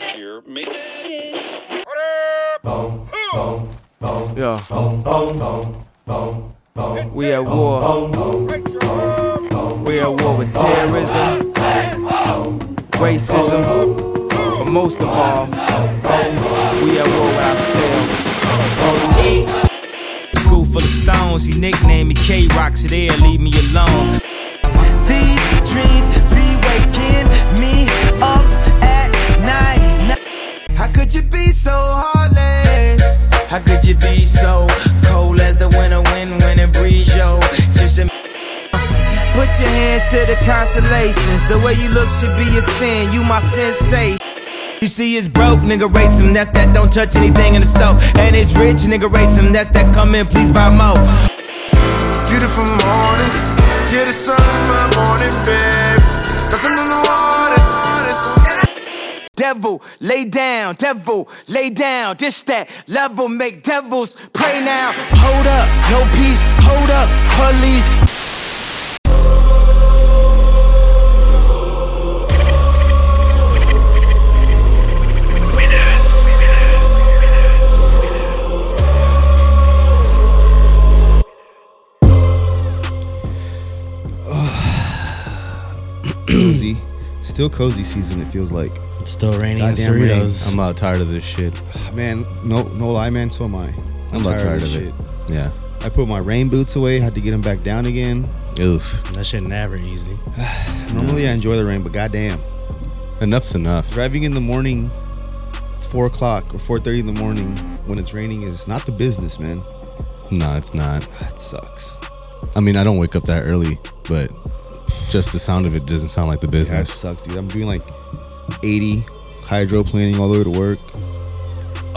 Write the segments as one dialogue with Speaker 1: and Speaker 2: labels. Speaker 1: here. Maybe.
Speaker 2: Yeah. We at war. We at war with terrorism, racism, but most of all, we at war with ourselves. School full of stones, he nicknamed me K Rock, so they'll leave me alone. These dreams be waking me up at night. How could you be so heartless? How could you be so cold as the winter wind when it breeze, yo? Just a- Put your hands to the constellations. The way you look should be a sin. You my sensei. You see, it's broke, nigga, race him. That's that don't touch anything in the stove. And it's rich, nigga, race him. That's that come in, please buy more.
Speaker 3: Beautiful morning, you're the sun of my morning, babe. Nothing in the water.
Speaker 2: Devil, lay down, devil, lay down. This that level make devils pray now. Hold up, no peace, hold up, police.
Speaker 4: cozy. Still cozy season. It feels like.
Speaker 5: It's still raining in
Speaker 4: Goddamn rain.
Speaker 5: Cerritos.
Speaker 6: I'm about tired of this shit.
Speaker 4: Ah, Man, no, no lie, man. So am I.
Speaker 6: I'm about tired of it.
Speaker 4: this
Speaker 6: Yeah.
Speaker 4: shit. I put my rain boots away. Had to get them back down again.
Speaker 6: Oof.
Speaker 5: that shit never easy.
Speaker 4: Normally I enjoy the rain, but goddamn,
Speaker 6: Enough's enough.
Speaker 4: driving in the morning, four o'clock or four thirty in the morning when it's raining is not the business, man.
Speaker 6: No, it's not.
Speaker 4: That sucks.
Speaker 6: I mean, I don't wake up that early, but just the sound of it doesn't sound like the
Speaker 4: Yeah, it
Speaker 6: business.
Speaker 4: sucks, dude. I'm doing like eighty hydroplaning all the way to work.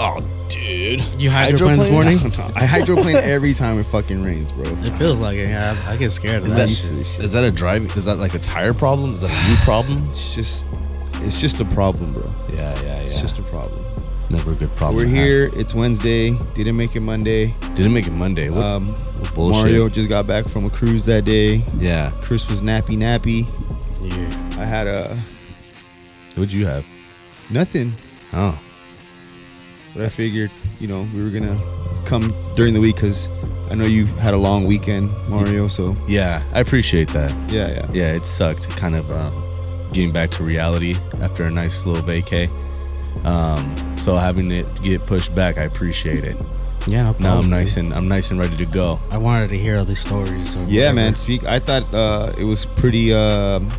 Speaker 6: Oh, dude.
Speaker 5: You hydroplaned this morning?
Speaker 4: I hydroplane every time it fucking rains, bro.
Speaker 5: It feels like it. Yeah, I, I get scared of
Speaker 4: Is
Speaker 5: that,
Speaker 4: that-
Speaker 5: shit.
Speaker 6: Is that a drive? Is that like a tire problem? Is that a new problem?
Speaker 4: It's just, it's just a problem, bro.
Speaker 6: Yeah, yeah, yeah.
Speaker 4: It's just a problem.
Speaker 6: never a good problem.
Speaker 4: We're
Speaker 6: to have.
Speaker 4: here. It's Wednesday. Didn't make it Monday.
Speaker 6: Didn't make it Monday. What?
Speaker 4: Um,
Speaker 6: bullshit.
Speaker 4: Mario just got back from a cruise that day.
Speaker 6: yeah.
Speaker 4: Chris was nappy nappy.
Speaker 5: Yeah.
Speaker 4: I had a
Speaker 6: What'd you have?
Speaker 4: nothing,
Speaker 6: Oh,
Speaker 4: but I figured you know we were gonna come during the week because I know you had a long weekend, Mario. So
Speaker 6: yeah. I appreciate that.
Speaker 4: yeah, yeah,
Speaker 6: Yeah, it sucked. Kind of um, getting back to reality after a nice little vacay. Um, so having it get pushed back, I appreciate it.
Speaker 5: Yeah, no
Speaker 6: Now I'm
Speaker 5: problem,
Speaker 6: nice
Speaker 5: dude.
Speaker 6: and I'm nice and ready to go.
Speaker 5: I wanted to hear all these stories. or
Speaker 4: yeah,
Speaker 5: whatever.
Speaker 4: man. Speak. I thought uh, it was pretty. um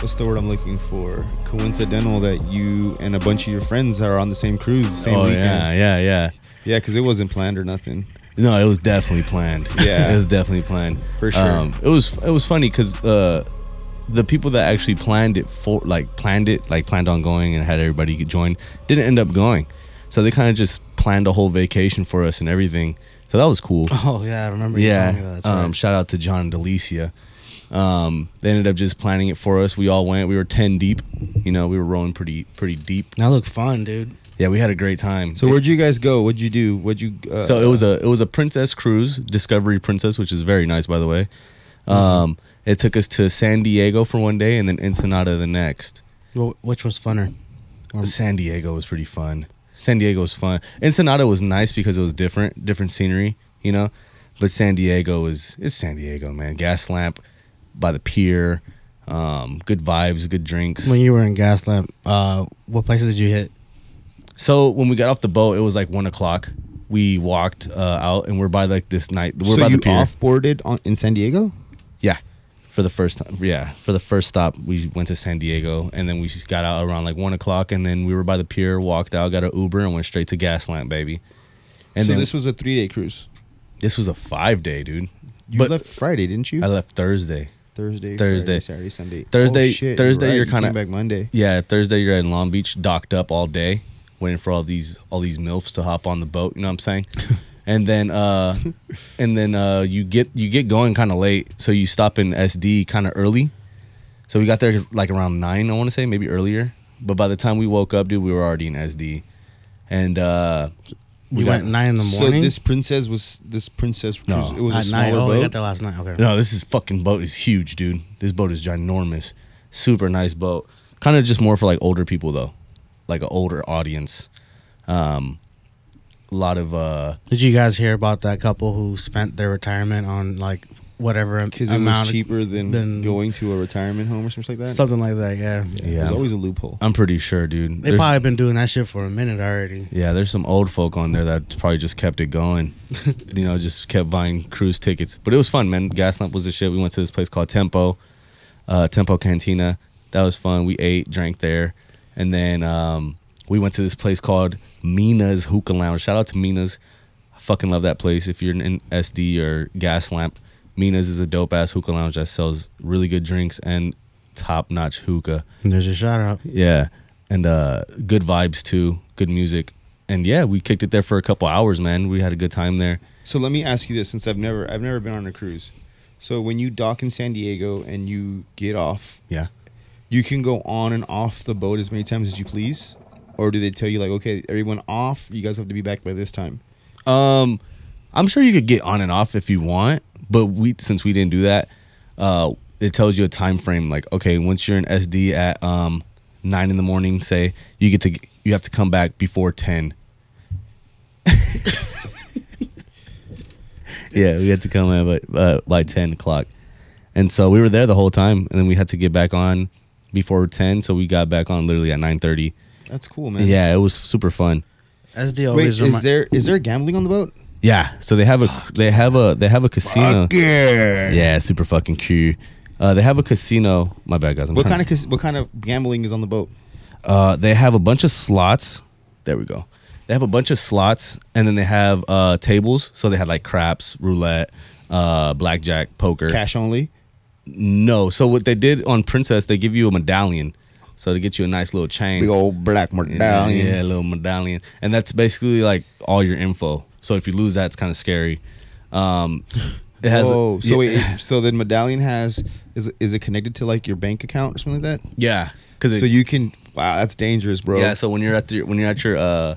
Speaker 4: what's the word I'm looking for? Coincidental that you and a bunch of your friends are on the same cruise the same
Speaker 6: oh
Speaker 4: weekend.
Speaker 6: yeah, yeah, yeah.
Speaker 4: Yeah, because it wasn't planned or nothing.
Speaker 6: No, it was definitely planned.
Speaker 4: Yeah.
Speaker 6: it was definitely planned Um,
Speaker 4: For sure.
Speaker 6: it was it was funny because uh, the people that actually planned it for like planned it like planned on going and had everybody get joined didn't end up going, so they kind of just planned a whole vacation for us and everything. So that was cool.
Speaker 5: Oh, yeah, I remember you telling me that.
Speaker 6: yeah.
Speaker 5: That's
Speaker 6: Um,
Speaker 5: right.
Speaker 6: shout out to John and Delicia. Um, they ended up just planning it for us. We all went. We were ten deep. You know, we were rolling pretty pretty deep.
Speaker 5: That looked fun, dude.
Speaker 6: Yeah, we had a great time.
Speaker 4: So where'd you guys go? What'd you do? What'd you? Uh,
Speaker 6: So it was a it was a princess cruise, Discovery Princess, which is very nice by the way.
Speaker 5: Mm-hmm.
Speaker 6: Um, it took us to San Diego for one day and then Ensenada the next.
Speaker 5: Well, which was funner?
Speaker 4: Um,
Speaker 5: Or-
Speaker 6: San Diego was pretty fun. San Diego was fun. Ensenada was nice because it was different, different scenery, you know. But San Diego is it's San Diego, man. Gas lamp by the pier, um, good vibes, good drinks.
Speaker 5: When you were in Gaslamp, uh, what places did you hit?
Speaker 6: So when we got off the boat, it was like one o'clock. We walked uh, out and we're by like this night. We're
Speaker 4: so
Speaker 6: by
Speaker 4: you
Speaker 6: the pier.
Speaker 4: offboarded on, in San Diego?
Speaker 6: Yeah. For the first time, yeah. For the first stop, we went to San Diego, and then we just got out around like one o'clock, and then we were by the pier, walked out, got an Uber, and went straight to Gaslamp, baby. And
Speaker 4: so
Speaker 6: then
Speaker 4: this was a three day cruise.
Speaker 6: this was a five day, dude.
Speaker 4: You
Speaker 6: but
Speaker 4: left Friday, didn't you?
Speaker 6: I left Thursday.
Speaker 4: Thursday,
Speaker 6: Thursday.
Speaker 4: Friday, Saturday, Sunday.
Speaker 6: Thursday-
Speaker 4: Oh, shit,
Speaker 6: Thursday
Speaker 4: You're,
Speaker 6: you're
Speaker 4: right. You came
Speaker 6: kinda-
Speaker 4: back Monday.
Speaker 6: Yeah, Thursday you're in Long Beach, docked up all day, waiting for all these all these milfs to hop on the boat. You know what I'm saying? and then uh, and then uh, you get you get going kind of late, so you stop in SD kind of early. So we got there like around nine, I want to say maybe earlier. But by the time we woke up, dude, we were already in SD, and uh,
Speaker 5: You
Speaker 6: got-
Speaker 5: went at nine in the
Speaker 4: So
Speaker 5: morning.
Speaker 4: this princess was this princess cruise.
Speaker 6: No.
Speaker 4: it was a
Speaker 5: at
Speaker 4: smaller
Speaker 5: night. Oh, I got
Speaker 4: boat.
Speaker 5: there last night. Okay.
Speaker 6: No, this is fucking boat is huge, dude. This boat is ginormous. Super nice boat. Kind of just more for like older people though. like an older audience. Um, a lot of uh,
Speaker 5: Did you guys hear about that couple who spent their retirement on like whatever am-
Speaker 4: because it
Speaker 5: amount
Speaker 4: was
Speaker 5: of-
Speaker 4: cheaper than,
Speaker 5: than-
Speaker 4: going to a retirement home or something like that.
Speaker 5: something like that? Yeah,
Speaker 6: Yeah.
Speaker 4: There's always a loophole.
Speaker 6: I'm pretty sure, dude.
Speaker 5: they
Speaker 6: There's-
Speaker 5: probably been doing that shit for a minute already.
Speaker 6: Yeah, there's some old folk on there that probably just kept it going. you know, just kept buying cruise tickets. But it was fun, man. Gaslamp was the shit. We went to this place called Tempo, uh, Tempo Cantina. That was fun. We ate, drank there. And then um, we went to this place called Mina's Hookah Lounge. Shout out to Mina's. I fucking love that place. If you're in SD or Gaslamp, Mina's is a dope ass hookah lounge that sells really good drinks and top notch hookah.
Speaker 5: There's your shout out.
Speaker 6: Yeah. And uh good vibes too, good music. And yeah, we kicked it there for a couple hours, man. We had a good time there.
Speaker 4: So let me ask you this, since I've never I've never been on a cruise. So when you dock in San Diego and you get off,
Speaker 6: Yeah.
Speaker 4: you can go on and off the boat as many times as you please, or do they tell you like, okay, everyone off, you guys have to be back by this time?
Speaker 6: Um I'm sure you could get on and off if you want, but we since we didn't do that, uh it tells you a time frame like okay, once you're in SD at um 9 in the morning, say, you get to you have to come back before 10. yeah, we had to come in by, uh, by 10 o'clock. And so we were there the whole time. And then we had to get back on before 10. So we got back on literally at 9.30.
Speaker 4: That's cool, man.
Speaker 6: Yeah, it was super fun.
Speaker 5: SD
Speaker 4: Wait,
Speaker 5: always
Speaker 4: is
Speaker 5: remi-
Speaker 4: there is there gambling on the boat?
Speaker 6: Yeah. So they have a they have a they have a casino.
Speaker 4: Yeah.
Speaker 6: Yeah, super fucking cute. Uh, they have a casino. My bad, guys. I'm
Speaker 4: What
Speaker 6: trying
Speaker 4: kind
Speaker 6: to-
Speaker 4: of cas- what kind of gambling is on the boat?
Speaker 6: Uh, they have a bunch of slots. There we go. They have a bunch of slots, and then they have uh, tables. So they had like craps, roulette, uh, blackjack, poker.
Speaker 4: Cash only.
Speaker 6: No. So what they did on Princess, they give you a medallion. So they get you a nice little chain.
Speaker 4: Big old black
Speaker 6: Yeah,
Speaker 4: medallion.
Speaker 6: yeah, a little medallion. And that's basically like all your info. So if you lose that, it's kind of scary. Um, it has.
Speaker 4: oh, so
Speaker 6: yeah,
Speaker 4: wait, so the medallion has is is it connected to like your bank account or something like that?
Speaker 6: yeah, because
Speaker 4: So you can wow, that's dangerous, bro.
Speaker 6: Yeah, so when you're at your when you're at your uh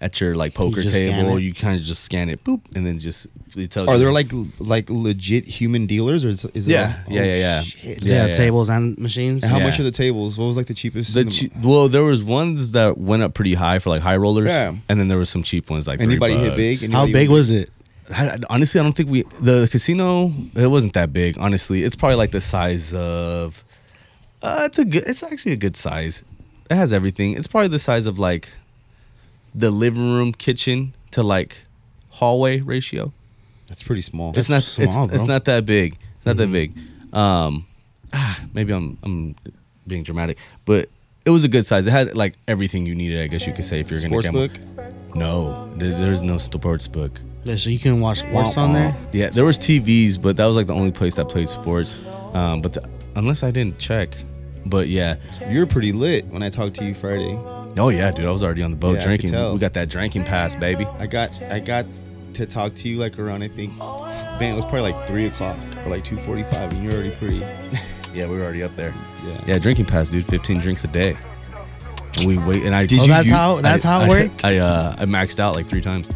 Speaker 6: at your like poker
Speaker 5: just scan
Speaker 6: table,
Speaker 5: it.
Speaker 6: you kind of just scan it, boop, and then just it tells
Speaker 4: Are
Speaker 6: you.
Speaker 4: there like like legit human dealers or is, is
Speaker 6: Yeah,
Speaker 4: it
Speaker 6: yeah, yeah, yeah.
Speaker 4: shit.
Speaker 5: Yeah,
Speaker 6: Yeah, yeah.
Speaker 5: tables and machines.
Speaker 4: And how
Speaker 6: Yeah.
Speaker 4: much are the tables? What was like the cheapest?
Speaker 6: the
Speaker 4: in
Speaker 6: che- well, there was ones that went up pretty high for like high rollers,
Speaker 4: Yeah.
Speaker 6: and then there was some cheap ones like three
Speaker 4: anybody hit
Speaker 6: bucks.
Speaker 4: big? Anybody
Speaker 5: How big was it?
Speaker 6: I, I- honestly, I don't think we the casino. It wasn't that big. Honestly, it's probably like the size of. Uh, it's a good. It's actually a good size. It has everything. It's probably the size of like, the living room, kitchen to like, hallway ratio.
Speaker 4: That's pretty small.
Speaker 6: it's not.
Speaker 4: That's Mm-hmm.
Speaker 6: it's, it's not that big. It's not that big. Um, ah, maybe I'm I'm being dramatic, but it was a good size. It had like everything you needed. I guess you could say if you're gonna
Speaker 4: sports
Speaker 6: gamble.
Speaker 4: book.
Speaker 6: No, there, there's no sports book.
Speaker 5: Yeah, so you can watch sports on there.
Speaker 6: Yeah, there was TVs, but that was like the only place that played sports. Um, but the, unless I didn't check, but yeah,
Speaker 4: You were pretty lit when I talked to you Friday.
Speaker 6: oh yeah, dude, I was already on the boat
Speaker 4: Yeah, I could
Speaker 6: drinking.
Speaker 4: tell.
Speaker 6: We got that drinking pass, baby.
Speaker 4: I got I got to talk to you like around I think man it was probably like three o'clock or like two forty five and you're already pretty.
Speaker 6: Yeah, we were already up there.
Speaker 4: Yeah.
Speaker 6: Yeah, drinking pass, dude. Fifteen drinks a day. And we wait, and I. Did
Speaker 5: Oh, you that's u- how- that's how it worked?
Speaker 6: I uh, I maxed out like three times.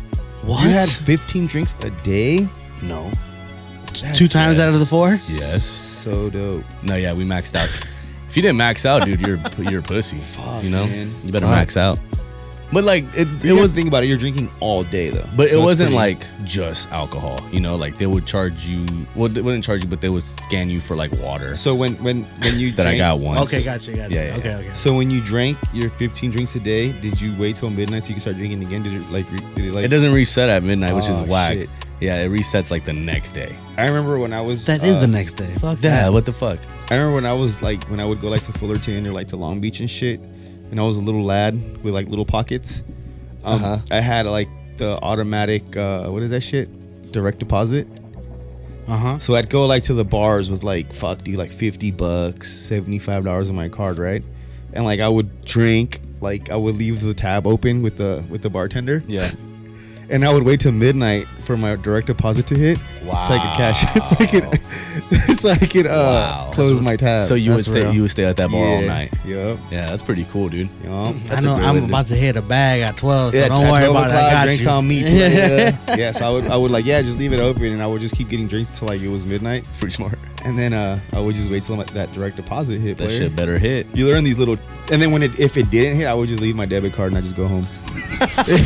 Speaker 5: What?
Speaker 4: You had fifteen drinks a day.
Speaker 6: No.
Speaker 5: Two times out of the four?
Speaker 6: Yes.
Speaker 4: So dope.
Speaker 6: No. Yeah, we maxed out. if you didn't max out, dude, you're you're a pussy.
Speaker 4: Fuck,
Speaker 6: you know,
Speaker 4: man.
Speaker 6: you better
Speaker 4: Fuck.
Speaker 6: max out. But like, it it
Speaker 4: You
Speaker 6: was
Speaker 4: was think about it. You're drinking all day though.
Speaker 6: But
Speaker 4: So
Speaker 6: it
Speaker 4: it's
Speaker 6: wasn't
Speaker 4: pretty-
Speaker 6: like just alcohol, you know. Like they would charge you. Well, they wouldn't charge you, but they would scan you for like water.
Speaker 4: So when when when you
Speaker 6: that I
Speaker 4: drank-
Speaker 6: got once.
Speaker 5: Okay, gotcha, gotcha.
Speaker 6: Yeah, yeah,
Speaker 5: okay,
Speaker 6: yeah.
Speaker 5: okay.
Speaker 4: So when you drank your 15 drinks a day, did you wait till midnight so you could start drinking again? Did it like re- did it like?
Speaker 6: It doesn't reset at midnight, which is
Speaker 4: Oh,
Speaker 6: whack.
Speaker 4: shit.
Speaker 6: Yeah, it resets like the next day.
Speaker 4: I remember when I was
Speaker 5: That is
Speaker 4: uh,
Speaker 5: the next day. Fuck
Speaker 6: Yeah, what the fuck?
Speaker 4: I remember when I was like when I would go like to Fullerton or like to Long Beach and shit, and I was a little lad with like little pockets. Um,
Speaker 6: Uh-huh.
Speaker 4: I had like the automatic uh, what is that shit? Direct deposit.
Speaker 5: Uh huh.
Speaker 4: So I'd go like to the bars with like fuck dude like 50 bucks, 75 dollars on my card, right? And like I would drink, like I would leave the tab open with the with the bartender.
Speaker 6: Yeah,
Speaker 4: and I would wait till midnight for my direct deposit to hit so I could cash it, so I could, so I could uh,
Speaker 6: Wow.
Speaker 4: close my tab.
Speaker 6: So you would
Speaker 5: That's
Speaker 6: stay
Speaker 5: real.
Speaker 6: you would stay at that bar all
Speaker 4: Oh, Yeah,
Speaker 6: night.
Speaker 4: Yep.
Speaker 6: Yeah, that's pretty cool, dude.
Speaker 4: Yup.
Speaker 5: I
Speaker 6: That's a
Speaker 5: know
Speaker 6: great
Speaker 5: I'm
Speaker 6: way to do
Speaker 5: about to hit a bag at 12, so
Speaker 4: Yeah,
Speaker 5: don't
Speaker 4: at
Speaker 5: worry
Speaker 4: 12
Speaker 5: about it. I
Speaker 4: o'clock,
Speaker 5: got
Speaker 4: drinks
Speaker 5: you.
Speaker 4: on me. yeah. yeah, so I would, I would like, yeah, just leave it open, and I would just keep getting drinks till like it was midnight,
Speaker 6: It's pretty smart.
Speaker 4: and then uh, I would just wait till my, that direct deposit hit.
Speaker 6: That
Speaker 4: player.
Speaker 6: shit better hit.
Speaker 4: You learn these little, and then when it if it didn't hit, I would just leave my debit card and I just go home.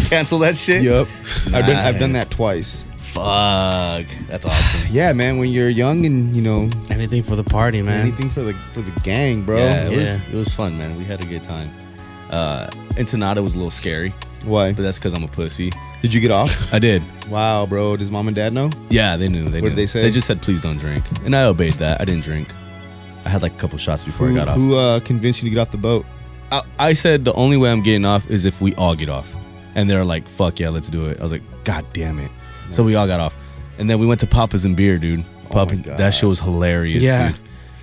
Speaker 6: Cancel that shit.
Speaker 4: Yep, I've done I've done
Speaker 6: Nice.
Speaker 4: that twice.
Speaker 6: Fuck. That's awesome.
Speaker 4: Yeah, man, when you're young and you know
Speaker 5: Anything for the party, man.
Speaker 4: anything for the for the gang, bro.
Speaker 6: yeah, it
Speaker 5: yeah.
Speaker 6: was it was fun, man. We had a good time. Uh Ensenada was a little scary,
Speaker 4: Why
Speaker 6: but that's because I'm a pussy.
Speaker 4: did you get off?
Speaker 6: I did.
Speaker 4: wow, bro. Does mom and dad know?
Speaker 6: Yeah, they knew. They
Speaker 4: What did
Speaker 6: knew.
Speaker 4: they say?
Speaker 6: They just said please don't drink, and I obeyed that. I didn't drink. I had like a couple shots before
Speaker 4: who
Speaker 6: I got off.
Speaker 4: who uh, convinced you to get off the boat?
Speaker 6: I, I said the only way I'm getting off is if we all get off. And they're like, fuck yeah, let's do it. I was like, God damn it. So we all got off. And then we went to Papa's and Beer, dude. Papa's,
Speaker 4: Oh God.
Speaker 6: that show was hilarious,
Speaker 5: Yeah.
Speaker 6: dude.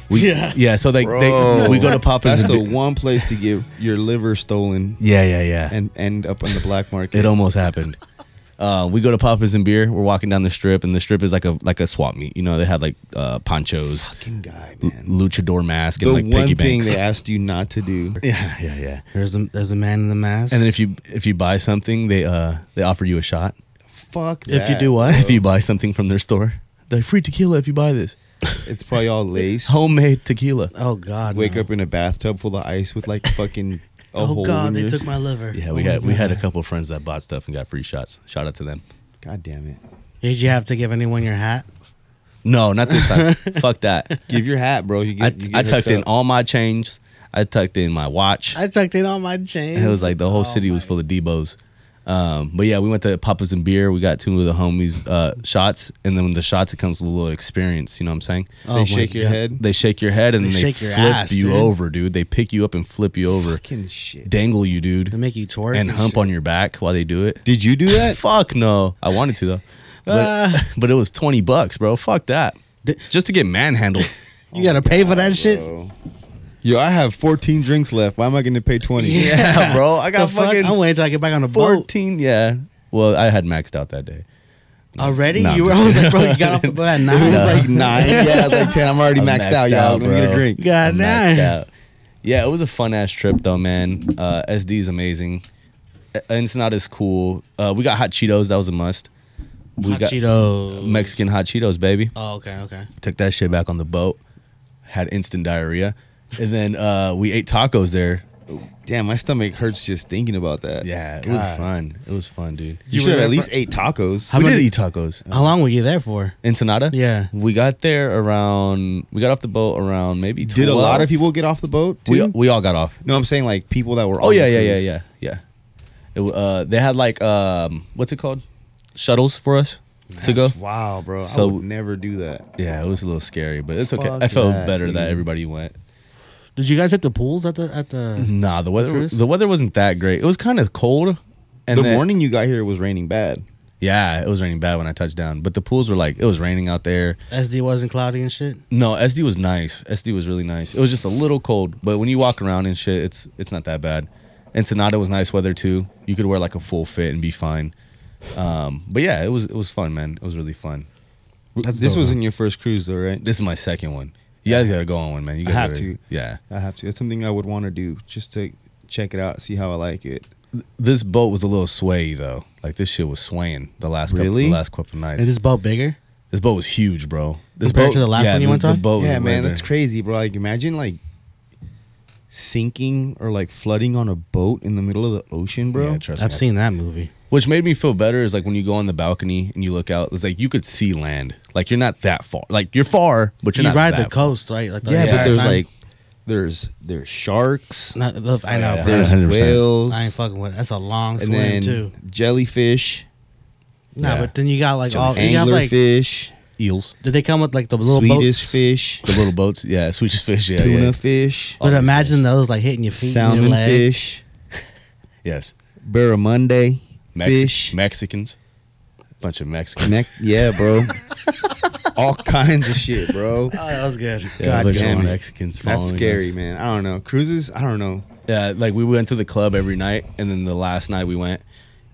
Speaker 6: We, yeah. Yeah, so like they,
Speaker 4: Bro,
Speaker 6: we go to Papa's
Speaker 4: That's
Speaker 6: and
Speaker 4: the
Speaker 6: Beer.
Speaker 4: one place to get your liver stolen
Speaker 6: Yeah, yeah, yeah.
Speaker 4: and end up on the black market.
Speaker 6: It almost happened. Uh, we go to Papa's and Beer. We're walking down the strip, and the strip is like a like a swap meet. You know, they had like uh, ponchos,
Speaker 4: Fucking guy, man.
Speaker 6: luchador mask,
Speaker 4: The
Speaker 6: and like
Speaker 4: one
Speaker 6: piggy
Speaker 4: thing
Speaker 6: banks.
Speaker 4: they asked you not to do.
Speaker 6: yeah, yeah, yeah.
Speaker 5: There's a, there's a man in the mask.
Speaker 6: And then if you if you buy something, they uh they offer you a shot.
Speaker 4: Fuck that.
Speaker 5: If you do what?
Speaker 6: if you buy something from their store. They're free tequila if you buy this.
Speaker 4: It's probably all lace.
Speaker 6: Homemade tequila.
Speaker 5: oh, God.
Speaker 4: Wake
Speaker 5: no.
Speaker 4: up in a bathtub full of ice with like fucking a
Speaker 5: Oh,
Speaker 4: hole
Speaker 5: God,
Speaker 4: in
Speaker 5: they
Speaker 4: your-
Speaker 5: took my liver.
Speaker 6: Yeah, we
Speaker 5: Oh, my
Speaker 6: had we had a
Speaker 5: God.
Speaker 6: couple friends that bought stuff and got free shots. Shout out to them.
Speaker 4: God damn it.
Speaker 5: Did you have to give anyone your hat?
Speaker 6: No, not this time. Fuck that.
Speaker 4: Give your hat, bro. You get,
Speaker 6: I,
Speaker 4: you get
Speaker 6: I tucked
Speaker 4: hooked
Speaker 6: in
Speaker 4: up.
Speaker 6: all my change. I tucked in my watch.
Speaker 5: I tucked in all my chains.
Speaker 6: it was like the whole city was full of Debos. Um, but yeah, we went to Papa's and Beer. We got two of the homies uh, shots, and then when the shots, it comes with a little experience. You know what I'm saying?
Speaker 4: They
Speaker 5: my
Speaker 4: shake your
Speaker 5: God.
Speaker 4: head.
Speaker 6: They shake your head and
Speaker 5: They
Speaker 6: they,
Speaker 5: shake your
Speaker 6: flip
Speaker 5: ass,
Speaker 6: you
Speaker 5: dude.
Speaker 6: over, dude. They pick you up and flip you over,
Speaker 4: Fucking shit.
Speaker 6: dangle you, dude.
Speaker 5: to make you twerk
Speaker 6: and hump
Speaker 5: shit.
Speaker 6: on your back while they do it.
Speaker 4: Did you do that?
Speaker 6: Fuck no. I wanted to though. But,
Speaker 5: Ah.
Speaker 6: but it was 20 bucks, bro. Fuck that. Just to get manhandled.
Speaker 5: You gotta pay for that shit.
Speaker 4: Bro. Yo, I have 14 drinks left. Why am I going to pay 20?
Speaker 6: yeah, bro. I
Speaker 5: The
Speaker 6: got
Speaker 5: fuck?
Speaker 6: fucking
Speaker 5: I'm waiting till I get back on the boat
Speaker 6: 14. Yeah. Well, I had maxed out that day.
Speaker 5: already.
Speaker 6: No, I'm
Speaker 5: you were
Speaker 6: just
Speaker 5: I was like, bro, you got off the boat at nine.
Speaker 4: It was like nine. Yeah, it was like 10. I'm already
Speaker 6: I
Speaker 4: maxed, out, y'all. Let me get a
Speaker 6: bro.
Speaker 4: drink.
Speaker 5: Yeah.
Speaker 6: I
Speaker 5: God
Speaker 6: maxed
Speaker 5: damn.
Speaker 6: out. Yeah, it was a fun ass trip though, man. Uh, SD is amazing. Uh, Ensenada is cool. Uh, we got hot Cheetos. That was a must. We
Speaker 5: Hot
Speaker 6: got Uh-huh.
Speaker 5: Cheetos.
Speaker 6: Mexican hot Cheetos, baby.
Speaker 5: oh, okay, okay.
Speaker 6: took that shit back on the boat, had instant diarrhea, and then uh, we ate tacos there.
Speaker 4: Damn, my stomach hurts just thinking about that.
Speaker 6: Yeah, it was
Speaker 5: God.
Speaker 6: fun. It was fun, dude.
Speaker 4: You,
Speaker 5: You
Speaker 4: should
Speaker 5: were
Speaker 4: have
Speaker 5: there
Speaker 4: at least
Speaker 5: for-
Speaker 4: ate tacos.
Speaker 5: How
Speaker 6: we
Speaker 5: many-
Speaker 6: did eat tacos.
Speaker 5: How long were you there for?
Speaker 6: Ensenada?
Speaker 5: Yeah.
Speaker 6: We got there around, we got off the boat around maybe 12.
Speaker 4: Did a lot of people get off the boat too?
Speaker 6: We, we all got off.
Speaker 4: no, I'm saying like people that were.
Speaker 6: Oh,
Speaker 4: on
Speaker 6: yeah,
Speaker 4: the
Speaker 6: yeah, yeah,
Speaker 4: cruise.
Speaker 6: yeah, yeah. It, w- uh, they had like, um, what's it called? Shuttles for us to go.
Speaker 4: That's- Wow, bro.
Speaker 6: So-
Speaker 4: I would never do that.
Speaker 6: Yeah, it was a little scary, but it's okay.
Speaker 4: Fuck
Speaker 6: I felt
Speaker 4: that,
Speaker 6: better that
Speaker 4: dude.
Speaker 6: everybody went.
Speaker 5: Did you guys hit the pools at the at the?
Speaker 6: Nah, the weather
Speaker 5: Cruise?
Speaker 6: the weather wasn't that great. It was kind of cold. And
Speaker 4: the
Speaker 6: then-
Speaker 4: morning you got here it was raining bad.
Speaker 6: Yeah, it was raining bad when I touched down, but the pools were like it was raining out there.
Speaker 5: SD wasn't cloudy and shit.
Speaker 6: No, SD was nice. SD was really nice. It was just a little cold, but when you walk around and shit, it's it's not that bad. Ensenada was nice weather too. You could wear like a full fit and be fine. Um, but yeah, it was it was fun, man. It was really fun.
Speaker 4: this
Speaker 5: dope,
Speaker 4: was
Speaker 5: man.
Speaker 4: in your first cruise though, right?
Speaker 6: This is my second one. You guys gotta go on one, man. You
Speaker 4: I
Speaker 6: guys
Speaker 4: have
Speaker 6: gotta-
Speaker 4: to.
Speaker 6: Yeah,
Speaker 4: I have to. That's something I would want to do just to check it out, see how I like it.
Speaker 6: this boat was a little sway though. Like this shit was swaying the last couple,
Speaker 4: Really?
Speaker 6: the last couple nights.
Speaker 5: Is this boat bigger?
Speaker 6: this boat was huge, bro. This
Speaker 5: Compared
Speaker 6: boat
Speaker 5: to the last
Speaker 6: yeah,
Speaker 5: one you
Speaker 6: this-
Speaker 5: went
Speaker 6: the
Speaker 5: on?
Speaker 6: boat was
Speaker 4: yeah,
Speaker 6: way
Speaker 4: man, that's
Speaker 6: bigger.
Speaker 4: crazy, bro. Like imagine like sinking or like flooding on a boat in the middle of the ocean, bro.
Speaker 6: Yeah, trust me,
Speaker 5: I've seen that movie.
Speaker 6: Which made me feel better is like when you go on the balcony and you look out, it's like you could see land. Like you're not that far. Like you're far, but you're
Speaker 5: you
Speaker 6: not
Speaker 5: ride
Speaker 6: that
Speaker 5: the
Speaker 6: far.
Speaker 5: coast, right? Like the
Speaker 4: yeah, but
Speaker 5: entire
Speaker 4: there's
Speaker 5: time?
Speaker 4: like there's there's sharks,
Speaker 5: Not, look, I know.
Speaker 6: yeah,
Speaker 5: bro.
Speaker 4: there's
Speaker 6: 100%.
Speaker 4: whales,
Speaker 5: I ain't fucking with. it. That's a long
Speaker 4: and
Speaker 5: swim
Speaker 4: then
Speaker 5: too.
Speaker 4: jellyfish,
Speaker 5: Nah,
Speaker 6: Yeah.
Speaker 5: but then you got like all. You got like.
Speaker 4: anglerfish,
Speaker 6: Eels,
Speaker 5: Did they come with like the little
Speaker 4: Swedish
Speaker 5: boats?
Speaker 4: fish,
Speaker 6: the little boats. Yeah, Swedish fish. Oh, Yeah,
Speaker 4: tuna
Speaker 6: yeah.
Speaker 4: fish,
Speaker 5: But
Speaker 6: All these
Speaker 5: imagine those like hitting your feet, and your
Speaker 4: salmon
Speaker 5: leg.
Speaker 4: fish,
Speaker 6: Yes,
Speaker 4: barramundi
Speaker 6: Mex-
Speaker 4: fish,
Speaker 6: Mexicans, bunch of Mexicans.
Speaker 4: Neck, yeah, bro. All kinds of shit, bro.
Speaker 5: Oh, that was good.
Speaker 6: yeah,
Speaker 4: God
Speaker 6: bunch of
Speaker 4: damn it.
Speaker 6: Mexicans.
Speaker 4: That's
Speaker 6: following
Speaker 4: scary,
Speaker 6: us.
Speaker 4: man. I don't know. Cruises, I don't know.
Speaker 6: Yeah, like we went to the club every night, and then the last night we went,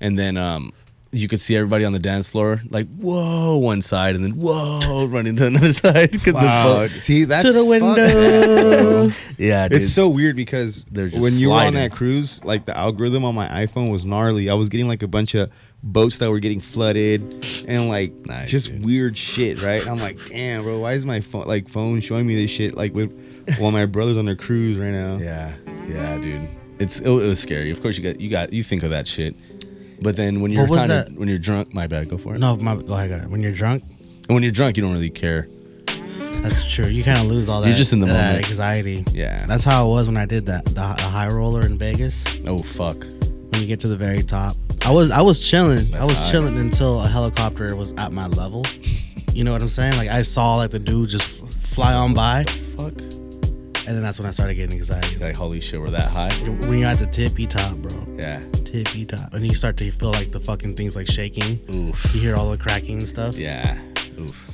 Speaker 6: and then um, you could see everybody on the dance floor like whoa one side and then whoa running to another side because
Speaker 4: Wow.
Speaker 6: the boat
Speaker 4: See, that's
Speaker 6: to the
Speaker 4: fun.
Speaker 6: window. yeah, dude.
Speaker 4: It's so weird because
Speaker 6: They're
Speaker 4: when
Speaker 6: just
Speaker 4: you were on
Speaker 6: sliding.
Speaker 4: that cruise, like the algorithm on my iPhone was gnarly. I was getting like a bunch of boats that were getting flooded and like
Speaker 6: Nice,
Speaker 4: just
Speaker 6: dude.
Speaker 4: weird shit, right? And I'm like, damn, bro, why is my phone like phone showing me this shit like with while my brother's on their cruise right now?
Speaker 6: yeah, yeah, dude. It's it, was scary. Of course, you got you got you think of that shit. But then when you're
Speaker 5: What was
Speaker 6: kind of
Speaker 5: that?
Speaker 6: when you're drunk, my bad, go for it.
Speaker 5: No, my go ahead, go ahead. when you're drunk,
Speaker 6: And when you're drunk, you don't really care.
Speaker 5: that's true. You kind of lose all that.
Speaker 6: You're just in the
Speaker 5: that
Speaker 6: moment.
Speaker 5: Anxiety.
Speaker 6: Yeah.
Speaker 5: That's how it was when I did that. The, the high roller in Vegas.
Speaker 6: Oh fuck.
Speaker 5: When you get to the very top, I was I was chilling. I was
Speaker 6: high.
Speaker 5: chilling until a helicopter was at my level. You know what I'm saying? Like I saw like the dude just f- fly on by,
Speaker 6: Fuck.
Speaker 5: and then that's when I started getting anxiety.
Speaker 6: Like holy shit, we're that high.
Speaker 5: When you're at the tippy top, bro,
Speaker 6: Yeah.
Speaker 5: tippy top, and you start to feel like the fucking things like shaking.
Speaker 6: Oof.
Speaker 5: You hear all the cracking and stuff.
Speaker 6: Yeah. Oof.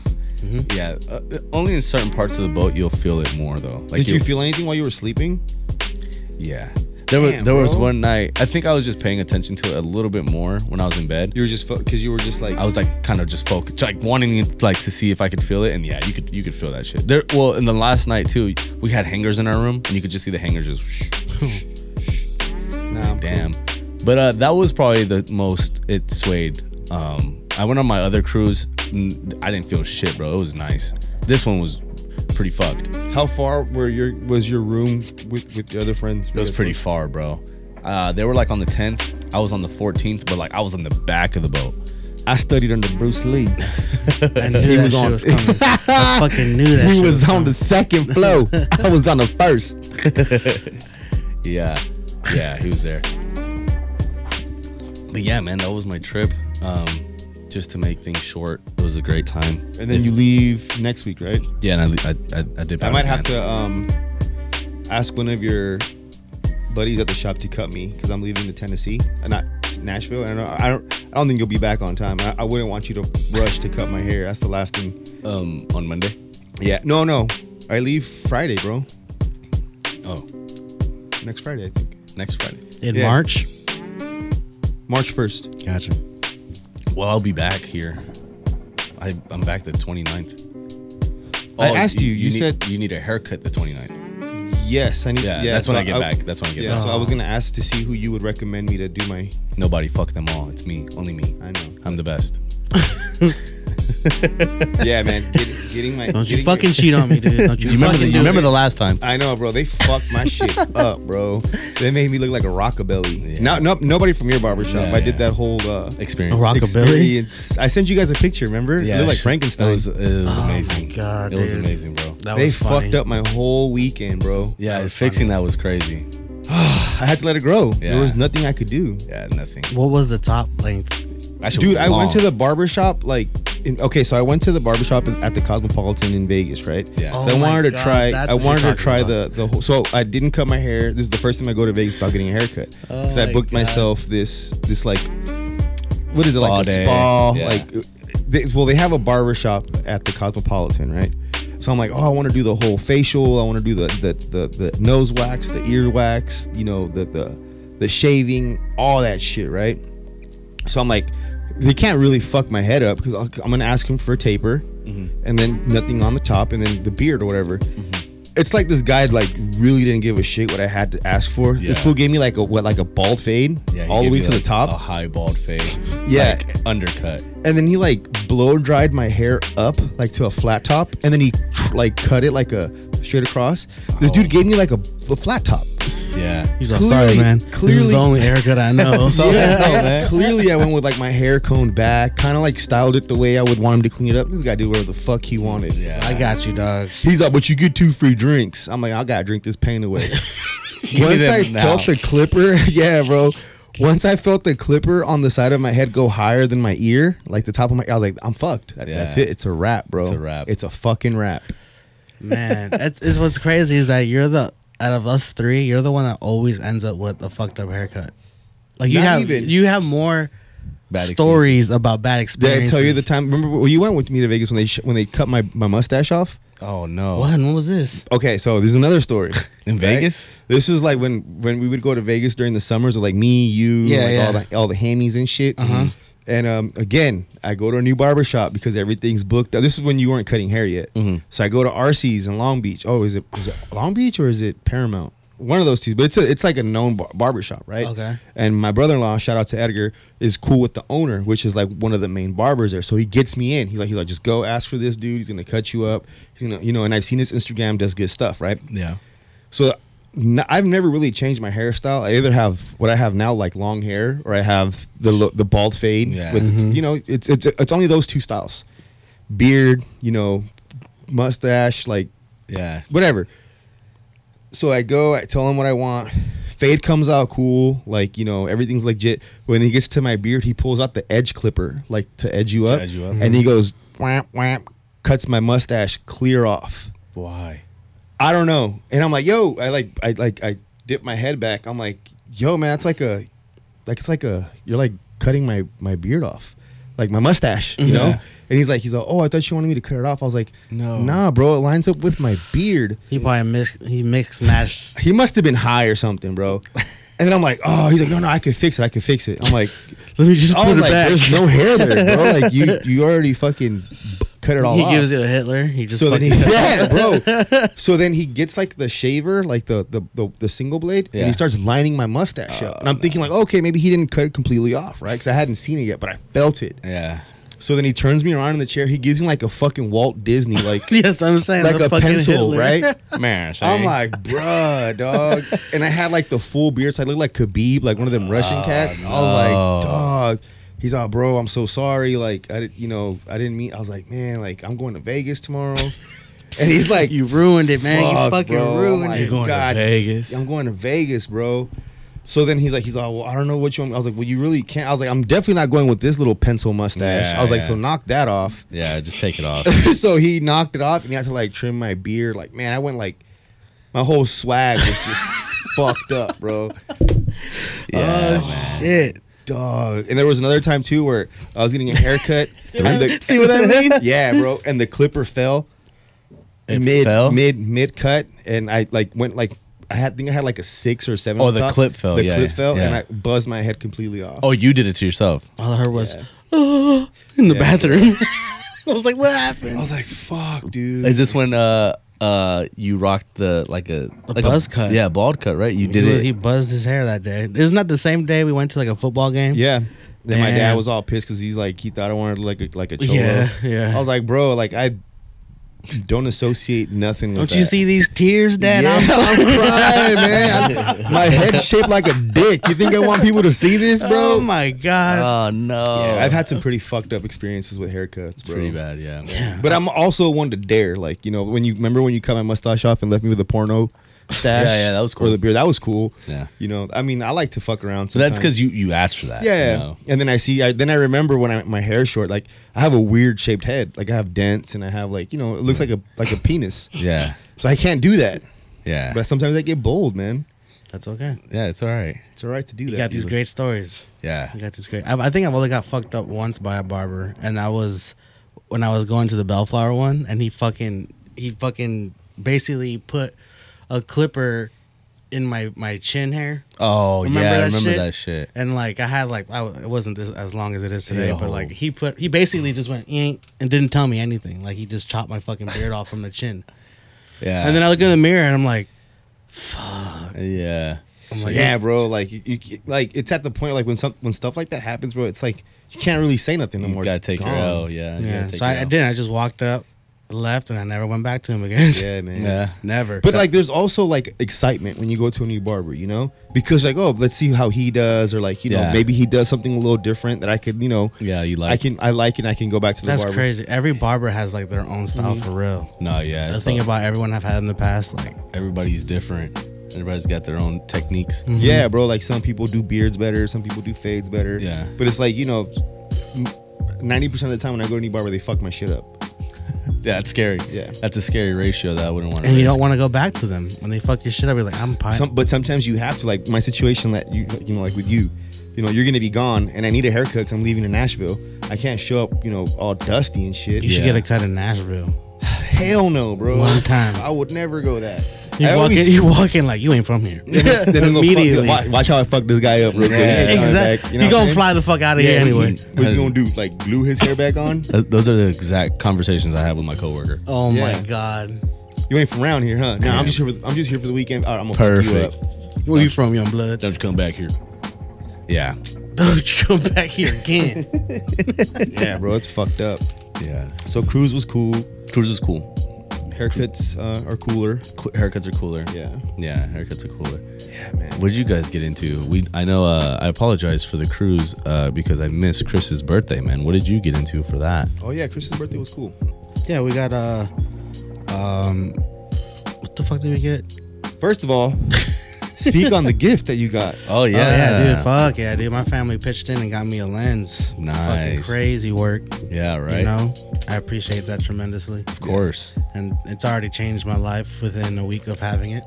Speaker 6: Yeah. Uh, only in certain parts of the boat you'll feel it more though. Like
Speaker 4: Did you
Speaker 6: you'll-
Speaker 4: feel anything while you were sleeping?
Speaker 6: Yeah. There, was,
Speaker 4: Damn,
Speaker 6: there was
Speaker 4: bro.
Speaker 6: one night, I think I was just paying attention to it a little bit more when I was in bed.
Speaker 4: You were just because you were just like
Speaker 6: I was like kind of just focused, like wanting it, like to see if I could feel it, and yeah, you could you could feel that shit. There, well, in the last night too, we had hangers in our room, and you could just see the hangers just
Speaker 4: nah, I'm
Speaker 6: damn. But uh, that was probably the most it swayed. Um, I went on my other cruise, n- I didn't feel shit, bro. It was nice. This one was pretty fucked.
Speaker 4: cool. How far were your was your room with with your other friends?
Speaker 6: It was pretty far, bro. Uh, they were like on the 10th. I was on the 14th, but like I was on the back of the boat.
Speaker 4: I studied under Bruce Lee.
Speaker 5: I knew that
Speaker 4: was
Speaker 5: shit
Speaker 4: on-
Speaker 5: was coming. I fucking knew that.
Speaker 4: He
Speaker 5: shit
Speaker 4: was on
Speaker 5: coming.
Speaker 4: the second floor. I was on the first.
Speaker 6: Yeah, yeah, he was there. But yeah, man, that was my trip. Um, just to make things short, it was a great time.
Speaker 4: And then you leave next week, right?
Speaker 6: yeah, and I, I, I, I did.
Speaker 4: I might have to um, ask one of your buddies at the shop to cut me because I'm leaving to Tennessee, uh, not to Nashville. And I don't, I don't, I don't think you'll be back on time. I, I wouldn't want you to rush to cut my hair. That's the last thing.
Speaker 6: um on Monday.
Speaker 4: Yeah. No, no. I leave Friday, bro.
Speaker 6: Oh,
Speaker 4: Next Friday, I think.
Speaker 6: next Friday.
Speaker 5: in
Speaker 4: yeah.
Speaker 5: March.
Speaker 4: March 1st.
Speaker 5: Gotcha.
Speaker 6: Well, I'll be back here. I, I'm back the 29th.
Speaker 4: I asked you, you
Speaker 6: need-
Speaker 4: said-
Speaker 6: you need a haircut the 29th.
Speaker 4: Yes, I need.
Speaker 6: Yeah, that's when
Speaker 4: so
Speaker 6: I get back. That's when I get
Speaker 4: Yeah,
Speaker 6: back.
Speaker 4: so I was gonna ask to see who you would recommend me to do my.
Speaker 6: Nobody, fuck them all. It's me, only me.
Speaker 4: I know.
Speaker 6: I'm the best.
Speaker 4: Yeah, man, get, getting my.
Speaker 5: Don't
Speaker 4: getting
Speaker 5: you
Speaker 4: your-
Speaker 5: fucking cheat on me, dude. Don't you,
Speaker 6: You remember the,
Speaker 5: fucking
Speaker 6: you
Speaker 5: do
Speaker 6: remember
Speaker 5: it.
Speaker 6: the last time?
Speaker 4: I know, bro. They fucked my shit up, bro. They made me look like a rockabilly.
Speaker 6: Yeah.
Speaker 4: No, no, nobody from your barbershop.
Speaker 6: Yeah,
Speaker 4: I did
Speaker 6: yeah.
Speaker 4: that whole uh,
Speaker 6: Experience.
Speaker 5: Rock- Rockabilly?
Speaker 4: experience. I sent you guys a picture. Remember? you look like
Speaker 6: sh-
Speaker 4: Frankenstein.
Speaker 6: It was, it was
Speaker 5: Oh my
Speaker 6: amazing.
Speaker 5: God,
Speaker 6: it was
Speaker 5: dude.
Speaker 6: amazing, bro.
Speaker 5: That
Speaker 4: they
Speaker 5: was funny.
Speaker 4: fucked up my whole weekend, bro.
Speaker 6: Yeah,
Speaker 5: That
Speaker 6: his
Speaker 5: was
Speaker 6: fixing that was crazy.
Speaker 4: I had to let it grow.
Speaker 6: Yeah.
Speaker 4: There was nothing I could do.
Speaker 6: Yeah, nothing.
Speaker 5: What was the top length?
Speaker 6: That shit
Speaker 4: Dude,
Speaker 6: was
Speaker 4: I
Speaker 6: long.
Speaker 4: went to the barbershop like in, okay, so I went to the barbershop at the Cosmopolitan in Vegas, right?
Speaker 6: Yeah.
Speaker 4: So
Speaker 5: Oh
Speaker 4: I
Speaker 5: my
Speaker 4: wanted to
Speaker 5: God,
Speaker 4: try
Speaker 5: that's
Speaker 4: I
Speaker 5: what you're
Speaker 4: wanted to
Speaker 5: talking
Speaker 4: try
Speaker 5: about.
Speaker 4: the the whole, so I didn't cut my hair. This is the first time I go to Vegas without getting a haircut. Cuz I
Speaker 5: Oh my
Speaker 4: booked
Speaker 5: God.
Speaker 4: myself this this like what is it
Speaker 6: Spa
Speaker 4: like
Speaker 6: day.
Speaker 4: a spa
Speaker 6: Yeah.
Speaker 4: like uh, they, well they have a barbershop at the Cosmopolitan, right? So I'm like, oh, I want to do the whole facial. I want to do the, the the the nose wax, the ear wax, you know, the the the shaving, all that shit, right? So I'm like, they can't really fuck my head up because I'm gonna ask him for a taper,
Speaker 6: Mm-hmm.
Speaker 4: and then nothing on the top, and then the beard or whatever.
Speaker 6: Mm-hmm.
Speaker 4: It's like this guy like really didn't give a shit what I had to ask for. This
Speaker 6: Yeah.
Speaker 4: fool gave me like a what like a bald fade
Speaker 6: Yeah, he
Speaker 4: all the
Speaker 6: gave
Speaker 4: way
Speaker 6: me,
Speaker 4: to
Speaker 6: like,
Speaker 4: the top,
Speaker 6: A oh. high bald fade.
Speaker 4: Yeah.
Speaker 6: Like, undercut.
Speaker 4: and then he like blow dried my hair up like to a flat top, and then he tr- like cut it like a straight across. This
Speaker 6: Oh.
Speaker 4: dude gave me like a, a flat top.
Speaker 6: Yeah.
Speaker 5: He's like,
Speaker 4: Clearly-
Speaker 5: sorry, man. this is
Speaker 4: clearly-
Speaker 5: the only haircut I know. So-
Speaker 4: yeah, clearly I went with like my hair coned back, kind of like styled it the way I would want him to clean it up. This guy did whatever the fuck he wanted.
Speaker 6: Yeah.
Speaker 5: I got you, dog.
Speaker 4: He's like, but you get two free drinks. I'm like, I gotta drink this pain away.
Speaker 6: me
Speaker 4: Once
Speaker 6: them
Speaker 4: I
Speaker 6: now.
Speaker 4: felt the clipper, yeah, bro. Once I felt the clipper on the side of my head go higher than my ear, like the top of my, I was like, I'm fucked. That- That's
Speaker 6: Yeah.
Speaker 4: it. It's a wrap, bro.
Speaker 6: It's a wrap.
Speaker 4: It's a fucking wrap.
Speaker 5: Man, it's, it's what's crazy is that you're the out of us three, you're the one that always ends up with a fucked up haircut. Like you
Speaker 4: Not
Speaker 5: have
Speaker 4: even.
Speaker 5: you have more
Speaker 6: Bad
Speaker 5: stories about bad
Speaker 4: Did I
Speaker 5: experiences.
Speaker 4: tell you the time? Remember when you went with me to Vegas when they sh- when they cut my, my mustache off?
Speaker 6: Oh, no.
Speaker 5: When? When was this?
Speaker 4: okay, so this is another story.
Speaker 6: In Vegas?
Speaker 4: This was like when when we would go to Vegas during the summers with like me, you,
Speaker 5: Yeah,
Speaker 4: like
Speaker 5: yeah.
Speaker 4: all the all the hammies and shit. Uh-huh. And um, again, I go to a new barbershop because everything's booked. This is when you weren't cutting hair yet. So I go to RC's in Long Beach. Oh, is it, is it Long Beach or is it Paramount? One of those two, but it's a, it's like a known bar- barbershop, right?
Speaker 5: Okay.
Speaker 4: And my brother-in-law, shout out to Edgar, is cool with the owner, which is like one of the main barbers there. So he gets me in. He's like, he's like, just go ask for this dude. He's gonna cut you up. He's gonna, you know. And I've seen his Instagram does good stuff, right?
Speaker 6: Yeah.
Speaker 4: So n- I've never really changed my hairstyle. I either have what I have now, like long hair, or I have the lo- the bald fade.
Speaker 6: Yeah.
Speaker 4: With the t- you know, it's it's it's only those two styles, beard, you know, mustache, like
Speaker 6: Yeah.
Speaker 4: whatever. So I go, I tell him what I want. Fade comes out cool, like you know everything's legit. When he gets to my beard, he pulls out the edge clipper, like to edge you
Speaker 6: To
Speaker 4: up,
Speaker 6: edge you up.
Speaker 4: and he goes wham wham, cuts my mustache clear off.
Speaker 6: Why?
Speaker 4: I don't know. And I'm like, yo, I like, I like, I dip my head back. I'm like, yo, man, it's like a, like it's like a, you're like cutting my my beard off, like my mustache, you know.
Speaker 6: Yeah.
Speaker 4: And he's like, he's like, oh, I thought you wanted me to cut it off. I was like,
Speaker 6: No.
Speaker 4: nah, bro, it lines up with my beard.
Speaker 5: He probably mix he mix match.
Speaker 4: He must have been high or something, bro. And then I'm like, oh, he's like, no, no, I could fix it, I could fix it. I'm like,
Speaker 5: Let me just
Speaker 4: I
Speaker 5: put
Speaker 4: was
Speaker 5: it
Speaker 4: like,
Speaker 5: back.
Speaker 4: oh there's no hair there, bro. Like you, you already fucking b- cut it all
Speaker 5: he
Speaker 4: off
Speaker 5: gives you a Hitler. He just
Speaker 4: so then he,
Speaker 5: fucking-
Speaker 4: yeah, bro. So then he gets like the shaver, like the the the, the single blade, and
Speaker 6: Yeah.
Speaker 4: he starts lining my mustache up.
Speaker 5: Oh,
Speaker 4: And I'm thinking like, okay, maybe he didn't cut it completely off, right? Because I hadn't seen it yet, but I felt it.
Speaker 6: Yeah.
Speaker 4: So then he turns me around in the chair. He gives me like a fucking Walt Disney, like
Speaker 5: yes, I'm saying
Speaker 4: like
Speaker 5: the
Speaker 4: a
Speaker 5: fucking
Speaker 4: pencil,
Speaker 5: Hitler.
Speaker 4: right?
Speaker 6: Man,
Speaker 4: I'm like, bruh, dog. And I had like the full beard, so I looked like Khabib, like one of them Russian cats. I was like,
Speaker 6: no.
Speaker 4: dog. He's all, bro, I'm so sorry. Like, I did, you know, I didn't mean. I was like, man, like I'm going to Vegas tomorrow. And he's like,
Speaker 5: You ruined it, man.
Speaker 4: Fuck,
Speaker 5: you fucking
Speaker 4: bro. I'm
Speaker 5: ruined
Speaker 4: like,
Speaker 5: it.
Speaker 6: You're going to Vegas?
Speaker 4: I'm going to Vegas, bro. So then he's like, he's like, well, I don't know what you want. I was like, well, you really can't. I was like, I'm definitely not going with this little pencil mustache.
Speaker 6: Yeah,
Speaker 4: I was like,
Speaker 6: yeah.
Speaker 4: so knock that off.
Speaker 6: yeah, just take it off.
Speaker 4: so he knocked it off and he had to like trim my beard. Like, man, I went like, my whole swag was just fucked up, bro. Uh,
Speaker 6: Yeah.
Speaker 5: Shit.
Speaker 4: Dog. And there was another time too where I was getting a haircut. and the,
Speaker 5: See what I mean?
Speaker 4: yeah, bro. And the clipper fell
Speaker 6: It
Speaker 4: mid
Speaker 6: fell?
Speaker 4: mid mid cut, and I like went like I had think I had like a six or seven.
Speaker 6: Oh,
Speaker 4: on
Speaker 6: the
Speaker 4: top.
Speaker 6: clip fell,
Speaker 4: The
Speaker 6: yeah,
Speaker 4: clip fell, and
Speaker 6: yeah.
Speaker 4: I buzzed my head completely off.
Speaker 6: oh, you did it to yourself.
Speaker 5: All I heard was "Oh," in the bathroom. I was like, what happened?
Speaker 4: I was like, "Fuck, dude!"
Speaker 6: Is this when uh uh you rocked the like a, like
Speaker 5: buzz cut.
Speaker 6: Yeah, bald cut, right? You did
Speaker 5: he,
Speaker 6: it.
Speaker 5: he buzzed his hair that day. Isn't that the same day we went to like a football game?
Speaker 4: yeah. Then my dad
Speaker 5: Damn.
Speaker 4: was all pissed because he's like, he thought I wanted to look like a, like a cholo.
Speaker 5: Yeah, yeah.
Speaker 4: I was like, bro, like I don't associate nothing. with
Speaker 5: Don't you
Speaker 4: that."
Speaker 5: see these tears, Dad?
Speaker 4: yeah,
Speaker 5: I'm-
Speaker 4: I'm, crying, man. I- my head's shaped like a dick. You think I want people to see this, bro?
Speaker 5: Oh my god.
Speaker 6: oh no.
Speaker 4: Yeah, I've had some pretty fucked up experiences with haircuts,
Speaker 6: it's
Speaker 4: bro.
Speaker 6: pretty bad, yeah.
Speaker 4: But I'm also one to dare. Like, you know, when you remember when you cut my mustache off and left me with a porno stash?
Speaker 6: Yeah, yeah, that was cool.
Speaker 4: Or the beard. That was cool.
Speaker 6: Yeah.
Speaker 4: You know, I mean, I like to fuck around.
Speaker 6: But that's
Speaker 4: sometimes.
Speaker 6: because you you asked for that.
Speaker 4: Yeah,
Speaker 6: you
Speaker 4: yeah.
Speaker 6: know?
Speaker 4: and then I see. I, then I remember when I my hair's short. Like I have a weird shaped head. Like I have dents, and I have like you know it looks like a like a penis.
Speaker 6: Yeah.
Speaker 4: So I can't do that.
Speaker 6: Yeah.
Speaker 4: But sometimes I get bold, man.
Speaker 5: That's okay.
Speaker 6: Yeah, it's all right.
Speaker 4: It's all right to do that.
Speaker 5: You got these
Speaker 4: dude.
Speaker 5: great stories.
Speaker 6: Yeah.
Speaker 5: I got this great. I, I think I've only got fucked up once by a barber, and that was when I was going to the Bellflower one, and he fucking he fucking basically put a clipper in my my chin hair,
Speaker 6: Oh
Speaker 5: Remember
Speaker 6: yeah, I
Speaker 5: that
Speaker 6: remember
Speaker 5: shit?
Speaker 6: that shit.
Speaker 5: and like I had like I, it wasn't this as long as it is today,
Speaker 6: Ew.
Speaker 5: but like he put he basically just went "Eek," and didn't tell me anything. Like he just chopped my fucking beard off from the chin,
Speaker 6: Yeah.
Speaker 5: and then I look in the mirror and I'm like,
Speaker 6: Yeah.
Speaker 5: I'm like
Speaker 4: yeah, bro. Like you, you, like it's at the point like when some when stuff like that happens, bro. It's like you can't really say nothing no
Speaker 6: You
Speaker 4: more.
Speaker 6: gotta
Speaker 4: It's
Speaker 6: take your
Speaker 4: gone.
Speaker 6: L, yeah. you
Speaker 5: yeah.
Speaker 6: gotta take
Speaker 5: So I,
Speaker 6: your
Speaker 5: I
Speaker 6: L.
Speaker 5: didn't. I just walked up, left, and I never went back to him again.
Speaker 4: Yeah, man.
Speaker 6: Yeah.
Speaker 5: Never.
Speaker 4: But like, there's also like excitement when you go to a new barber, you know, because like, oh, let's see how he does, or like, you know,
Speaker 6: Yeah.
Speaker 4: maybe he does something a little different that I could, you know,
Speaker 6: Yeah, you like
Speaker 4: I can, I like, and I can go back to the
Speaker 5: That's
Speaker 4: barber. Mm-hmm.
Speaker 5: crazy. Every barber has like their own style for real.
Speaker 6: No, yeah.
Speaker 5: The
Speaker 6: it's
Speaker 5: thing
Speaker 6: all-
Speaker 5: about everyone I've had in the past, like
Speaker 6: everybody's different. Everybody's got their own techniques.
Speaker 5: Mm-hmm.
Speaker 4: Yeah, bro. Like some people do beards better, some people do fades better.
Speaker 6: Yeah.
Speaker 4: But it's like you know, ninety percent of the time when I go to a new barber, they fuck my shit up.
Speaker 6: Yeah, it's scary.
Speaker 4: Yeah.
Speaker 6: That's a scary ratio that I wouldn't want to
Speaker 5: and you don't want to go back to them when they fuck your shit up. You're like, I'm pie.
Speaker 4: Some, but sometimes you have to like my situation that you you know like with you, you know you're gonna be gone and I need a haircut 'cause I'm leaving to Nashville. I can't show up you know all dusty and shit.
Speaker 5: you should
Speaker 6: Yeah.
Speaker 5: get a cut in Nashville.
Speaker 4: Hell no, bro.
Speaker 5: One time.
Speaker 4: I would never go that.
Speaker 5: You
Speaker 4: I
Speaker 5: walk
Speaker 4: always-
Speaker 5: in, you walk in like you ain't from here.
Speaker 4: then I'm gonna
Speaker 5: Immediately.
Speaker 4: Fuck, watch, watch how I fuck this guy up real quick.
Speaker 5: exactly. You, gonna fly the fuck out of here anyway.
Speaker 4: What's he gonna do? Like glue his hair back on?
Speaker 6: Th- Those are the exact conversations I had with my coworker.
Speaker 5: Oh
Speaker 4: Yeah.
Speaker 5: my god.
Speaker 4: You ain't from around here, huh? Nah, I'm just here. For the, I'm just here for the weekend. All right, I'm gonna
Speaker 6: Perfect.
Speaker 4: fuck you up.
Speaker 5: Where you from, young blood?
Speaker 6: Don't you come back here? Yeah,
Speaker 5: Don't you come back here again.
Speaker 4: Yeah, bro, it's fucked up.
Speaker 6: yeah.
Speaker 4: So cruise was cool.
Speaker 6: Cruise is cool.
Speaker 4: Haircuts uh, are cooler.
Speaker 6: Qu- haircuts are cooler.
Speaker 4: Yeah.
Speaker 6: yeah. Haircuts are cooler.
Speaker 4: Yeah, man.
Speaker 6: What did you guys get into? We I know uh, I apologize for the cruise uh, because I missed Chris's birthday, man. What did you get into for that?
Speaker 4: Oh yeah, Chris's birthday was cool.
Speaker 5: yeah, we got uh um what the fuck did we get?
Speaker 4: First of all, speak on the gift that you got.
Speaker 6: Oh yeah,
Speaker 5: Oh, yeah, dude. Fuck yeah, dude. My family pitched in and got me a lens. Fucking
Speaker 6: Nice.
Speaker 5: crazy work.
Speaker 6: Yeah, right.
Speaker 5: You know, I appreciate that tremendously,
Speaker 6: Of course.
Speaker 5: and it's already changed my life within a week of having it.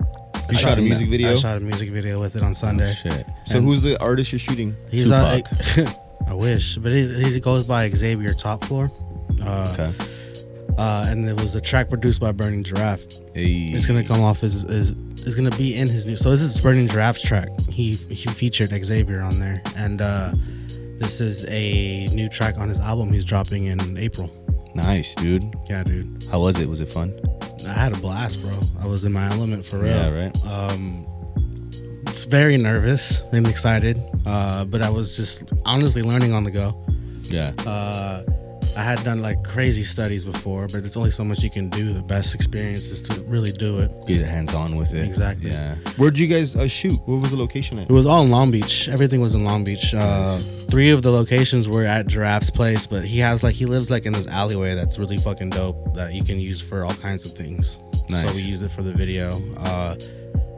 Speaker 4: You shot a
Speaker 6: seen
Speaker 4: music
Speaker 6: that.
Speaker 4: video.
Speaker 5: I shot a music video Oh, with it on Sunday.
Speaker 6: Shit.
Speaker 4: so
Speaker 5: and-
Speaker 4: who's the artist you're shooting?
Speaker 5: He's
Speaker 6: Tupac.
Speaker 5: uh, I wish, but he's, he's- he goes by Xavier Top Floor. Uh,
Speaker 6: Okay.
Speaker 5: uh, and it was a track produced by Burning Giraffe.
Speaker 6: Hey.
Speaker 5: It's gonna come off his is is gonna be in his new. So this is Burning Giraffe's track. He he featured Xavier on there, and uh, this is a new track on his album he's dropping in April.
Speaker 6: Nice, dude.
Speaker 5: Yeah, dude,
Speaker 6: How was it? Was it fun?
Speaker 5: I had a blast, bro. I was in my element for real.
Speaker 6: Yeah, right.
Speaker 5: Um, it's very nervous and excited, uh, but I was just honestly learning on the go.
Speaker 6: Yeah.
Speaker 5: uh, I had done like crazy studies before, but it's only so much you can do. The best experience is to really do it.
Speaker 6: Get hands on with it.
Speaker 5: Exactly.
Speaker 6: Yeah.
Speaker 4: Where'd you guys uh, shoot? What was the location at?
Speaker 5: It was all in Long Beach. Everything was in Long Beach. Uh, Three of the locations were at Giraffe's place, but he has like he lives like in this alleyway that's really fucking dope that you can use for all kinds of things. So
Speaker 6: Nice.
Speaker 5: we used it for the video. Uh,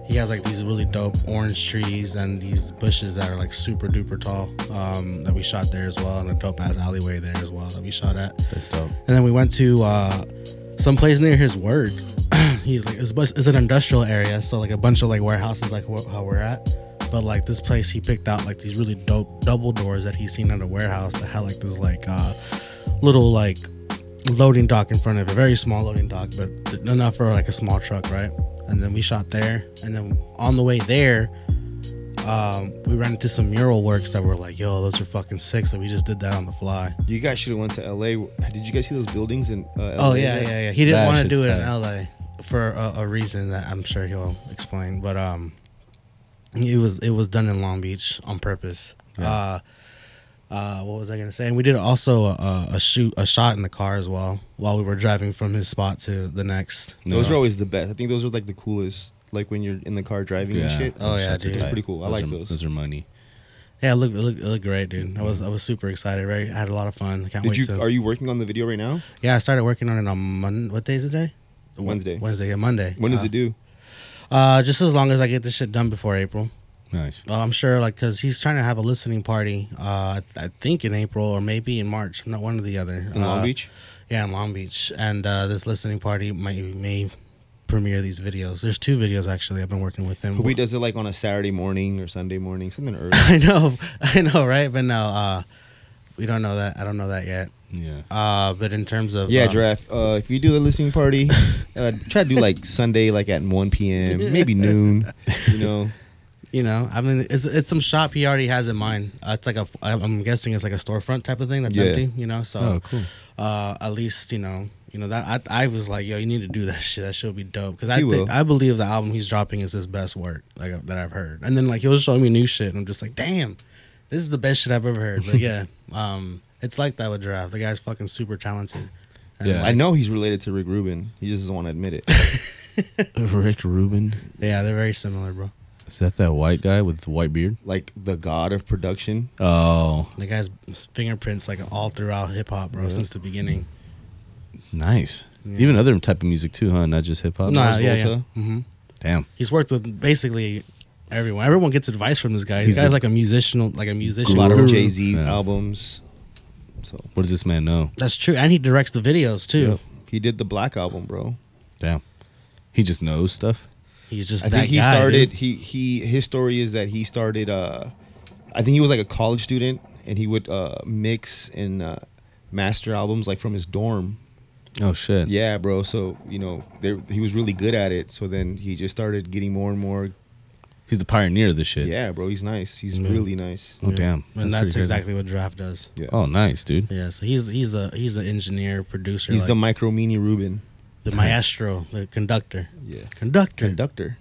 Speaker 5: he has like these really dope orange trees and these bushes that are like super duper tall um, that we shot there as well, and a dope ass alleyway there as well that we shot at.
Speaker 6: That's dope.
Speaker 5: and then we went to uh, some place near his work. He's like, it's, bus- it's an industrial area, so like a bunch of like warehouses, like wh- how we're at. But like this place, he picked out like these really dope double doors that he's seen at a warehouse that had like this like uh, little like loading dock in front of it, very small loading dock, but th- enough for like a small truck, right? And then we shot there, and then on the way there, um, we ran into some mural works that were like, yo, those are fucking sick. So we just did that on the fly.
Speaker 4: You guys should have went to LA. Did you guys see those buildings in uh, LA?
Speaker 5: Oh yeah, yeah, yeah. He didn't
Speaker 6: That
Speaker 5: want to
Speaker 6: shit's
Speaker 5: do it
Speaker 6: tight.
Speaker 5: in LA for a, a reason that I'm sure he'll explain. But um, it was it was done in Long Beach on purpose. Uh, uh, what was I gonna say? And we did also a, a shoot a shot in the car as well while we were driving from his spot to the next.
Speaker 4: Those
Speaker 6: No.
Speaker 4: are always the best. I think those are like the coolest. Like when you're in the car driving and shit.
Speaker 5: Oh,
Speaker 6: Those
Speaker 5: yeah,
Speaker 6: shots are
Speaker 5: dude.
Speaker 6: tight.
Speaker 4: Pretty cool. I like
Speaker 6: are-
Speaker 4: those.
Speaker 6: Those are money.
Speaker 5: Yeah, it looked it looked, it looked great, dude. I was I was super excited. Right, I had a lot of fun. I can't
Speaker 4: Did
Speaker 5: wait
Speaker 4: you?
Speaker 5: to.
Speaker 4: Are you working on the video right now?
Speaker 5: yeah, I started working on it on Mon. What day is today?
Speaker 4: Wednesday.
Speaker 5: Wednesday, yeah, Monday.
Speaker 4: When does
Speaker 5: Uh,
Speaker 4: it due?
Speaker 5: Uh, just as long as I get this shit done before April.
Speaker 6: Nice.
Speaker 5: Well, I'm sure, like, because he's trying to have a listening party. Uh, I, th- I think in April or maybe in March. I'm not one or the other.
Speaker 4: In Long
Speaker 5: Uh,
Speaker 4: Beach.
Speaker 5: Yeah, in Long Beach, and uh, this listening party might may premiere these videos. There's two videos actually. I've been working with him.
Speaker 4: Kobe does it like on a Saturday morning or Sunday morning, something early.
Speaker 5: I know, I know, right? But no, uh, we don't know that. I don't know that yet.
Speaker 6: Yeah.
Speaker 5: Uh, but in terms of
Speaker 4: yeah,
Speaker 5: uh,
Speaker 4: giraffe. Uh, if you do the listening party, uh, try to do like Sunday, like at 1 p.m., maybe noon. You know,
Speaker 5: you know, I mean, it's it's some shop he already has in mind. Uh, it's like a, f- I'm- I'm guessing it's like a storefront type of thing that's
Speaker 4: Yeah.
Speaker 5: empty. You know, so
Speaker 6: Oh, cool.
Speaker 5: uh, at least you know, you know that I, I was like, yo, you need to do that shit. That shit would be dope because I
Speaker 4: He
Speaker 5: think
Speaker 4: will.
Speaker 5: I believe the album he's dropping is his best work like uh, that I've heard. And then like he'll show me new shit, and I'm just like, damn, this is the best shit I've ever heard. But yeah, um, it's like that with Giraffe. The guy's fucking super talented. And,
Speaker 6: Yeah.
Speaker 4: I know he's related to Rick Rubin. He just doesn't want to admit it.
Speaker 6: Rick Rubin.
Speaker 5: yeah, they're very similar, bro.
Speaker 6: Is that that white guy with the white beard?
Speaker 4: Like the god of production.
Speaker 6: Oh,
Speaker 5: The guy's fingerprints like all throughout hip hop, bro, since the beginning.
Speaker 6: nice.
Speaker 5: Yeah.
Speaker 6: Even other type of music too, huh? Not just hip hop.
Speaker 5: No, yeah, yeah.
Speaker 4: Volta.
Speaker 5: hmm
Speaker 6: Damn.
Speaker 5: He's worked with basically everyone. Everyone gets advice from this guy. This
Speaker 6: He's
Speaker 5: guy's
Speaker 6: a
Speaker 5: like a musician, like a musician.
Speaker 4: A lot
Speaker 6: Guru.
Speaker 4: of Jay Z
Speaker 6: Yeah.
Speaker 4: albums. So
Speaker 6: What does this man know?
Speaker 5: That's true, and he directs the videos too.
Speaker 4: yep. he did the Black album, bro.
Speaker 6: Damn. He just knows stuff.
Speaker 5: He's just.
Speaker 4: I
Speaker 5: that
Speaker 4: think he
Speaker 5: guy,
Speaker 4: started.
Speaker 5: dude.
Speaker 4: He he. His story is that he started. Uh, I think he was like a college student, and he would uh, mix and uh, master albums like from his dorm.
Speaker 6: Oh shit.
Speaker 4: Yeah, bro. So you know, there, he was really good at it. So then he just started getting more and more.
Speaker 6: He's the pioneer of this shit.
Speaker 4: Yeah, bro. He's nice. He's really nice.
Speaker 6: Oh damn.
Speaker 5: And
Speaker 6: pretty
Speaker 5: that's,
Speaker 6: crazy.
Speaker 5: exactly what Draft does.
Speaker 4: Yeah.
Speaker 6: Oh nice, dude.
Speaker 5: Yeah, so he's he's a he's an engineer, producer.
Speaker 4: He's
Speaker 5: like
Speaker 4: the micro mini Ruben.
Speaker 5: the maestro, the conductor.
Speaker 4: Yeah.
Speaker 5: Conductor.
Speaker 4: Conductor.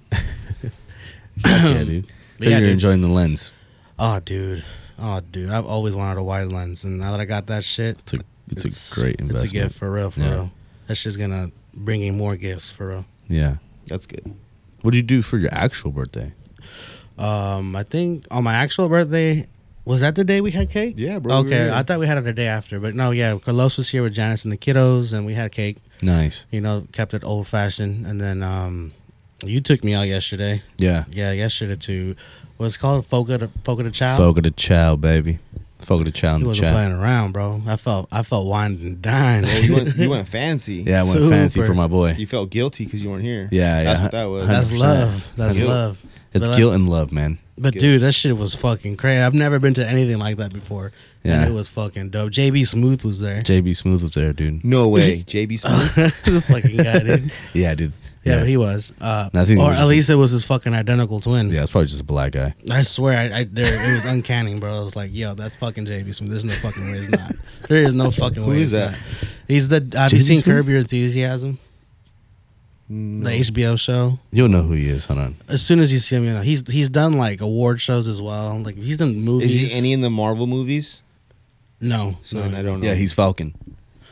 Speaker 6: yeah, dude. So
Speaker 5: Yeah,
Speaker 6: you're
Speaker 5: dude.
Speaker 6: enjoying the lens.
Speaker 5: oh, dude. Oh, dude. I've always wanted a wide lens, and now that I got that shit,
Speaker 6: It's a it's, a great investment.
Speaker 5: It's a gift for real, for
Speaker 6: Yeah.
Speaker 5: real. That's just gonna bring in more gifts for real.
Speaker 6: Yeah.
Speaker 4: That's good.
Speaker 6: What do you do for your actual birthday?
Speaker 5: Um, I think on my actual birthday, was that the day we had cake?
Speaker 4: Yeah, bro, we were
Speaker 5: Okay,
Speaker 4: here.
Speaker 5: I thought we had it the day after, but no, yeah. Carlos was here with Janice and the kiddos, and we had cake.
Speaker 6: Nice.
Speaker 5: You know, kept it old fashioned, and then um, you took me out yesterday.
Speaker 6: Yeah.
Speaker 5: Yeah, yesterday to what's called Foca to Foca to Chow.
Speaker 6: Fogo to chow, baby. Fogo to chow in
Speaker 5: He
Speaker 6: the
Speaker 5: wasn't
Speaker 6: chat.
Speaker 5: playing around, bro. I felt I felt wined and dined.
Speaker 4: Well, you Oh, went, you went fancy.
Speaker 6: Yeah, I went fancy
Speaker 5: Super.
Speaker 6: for my boy.
Speaker 4: You felt guilty because you weren't here.
Speaker 6: Yeah, yeah.
Speaker 4: That's what that was.
Speaker 5: That's
Speaker 6: 100%.
Speaker 5: love. That's
Speaker 4: Guilt.
Speaker 5: love.
Speaker 6: It's
Speaker 5: But I-
Speaker 6: guilt and love, man.
Speaker 5: But
Speaker 4: Good.
Speaker 5: dude, that shit was fucking crazy. I've never been to anything like that before,
Speaker 6: Yeah.
Speaker 5: and it was fucking dope. JB Smooth was there.
Speaker 6: JB Smooth was there, dude.
Speaker 4: No way. JB Smith.
Speaker 5: this fucking guy, dude.
Speaker 6: Yeah, dude.
Speaker 5: Yeah,
Speaker 6: Yeah,
Speaker 5: but he was. Uh,
Speaker 6: No, I think it
Speaker 5: or
Speaker 6: was
Speaker 5: at
Speaker 6: just-
Speaker 5: least it was his fucking identical twin.
Speaker 6: yeah. It's probably just a black guy.
Speaker 5: I swear, I, I there it was uncanny, bro. I was like, yo, that's fucking JB Smooth. There's no fucking way it's not. There is no fucking way.
Speaker 4: Who is
Speaker 5: it's
Speaker 4: that?
Speaker 5: Not. He's the. Have you
Speaker 6: JB
Speaker 5: seen
Speaker 6: Smooth?
Speaker 5: Curb Your Enthusiasm?
Speaker 4: No.
Speaker 5: The HBO show.
Speaker 6: You'll know who he is. Hold on.
Speaker 5: As soon as you see him, you know he's he's done like award shows as well. Like he's done
Speaker 4: Is
Speaker 5: movies.
Speaker 4: he any in the Marvel movies?
Speaker 5: No,
Speaker 4: No,
Speaker 5: no,
Speaker 4: I don't know.
Speaker 6: Yeah, he's Falcon.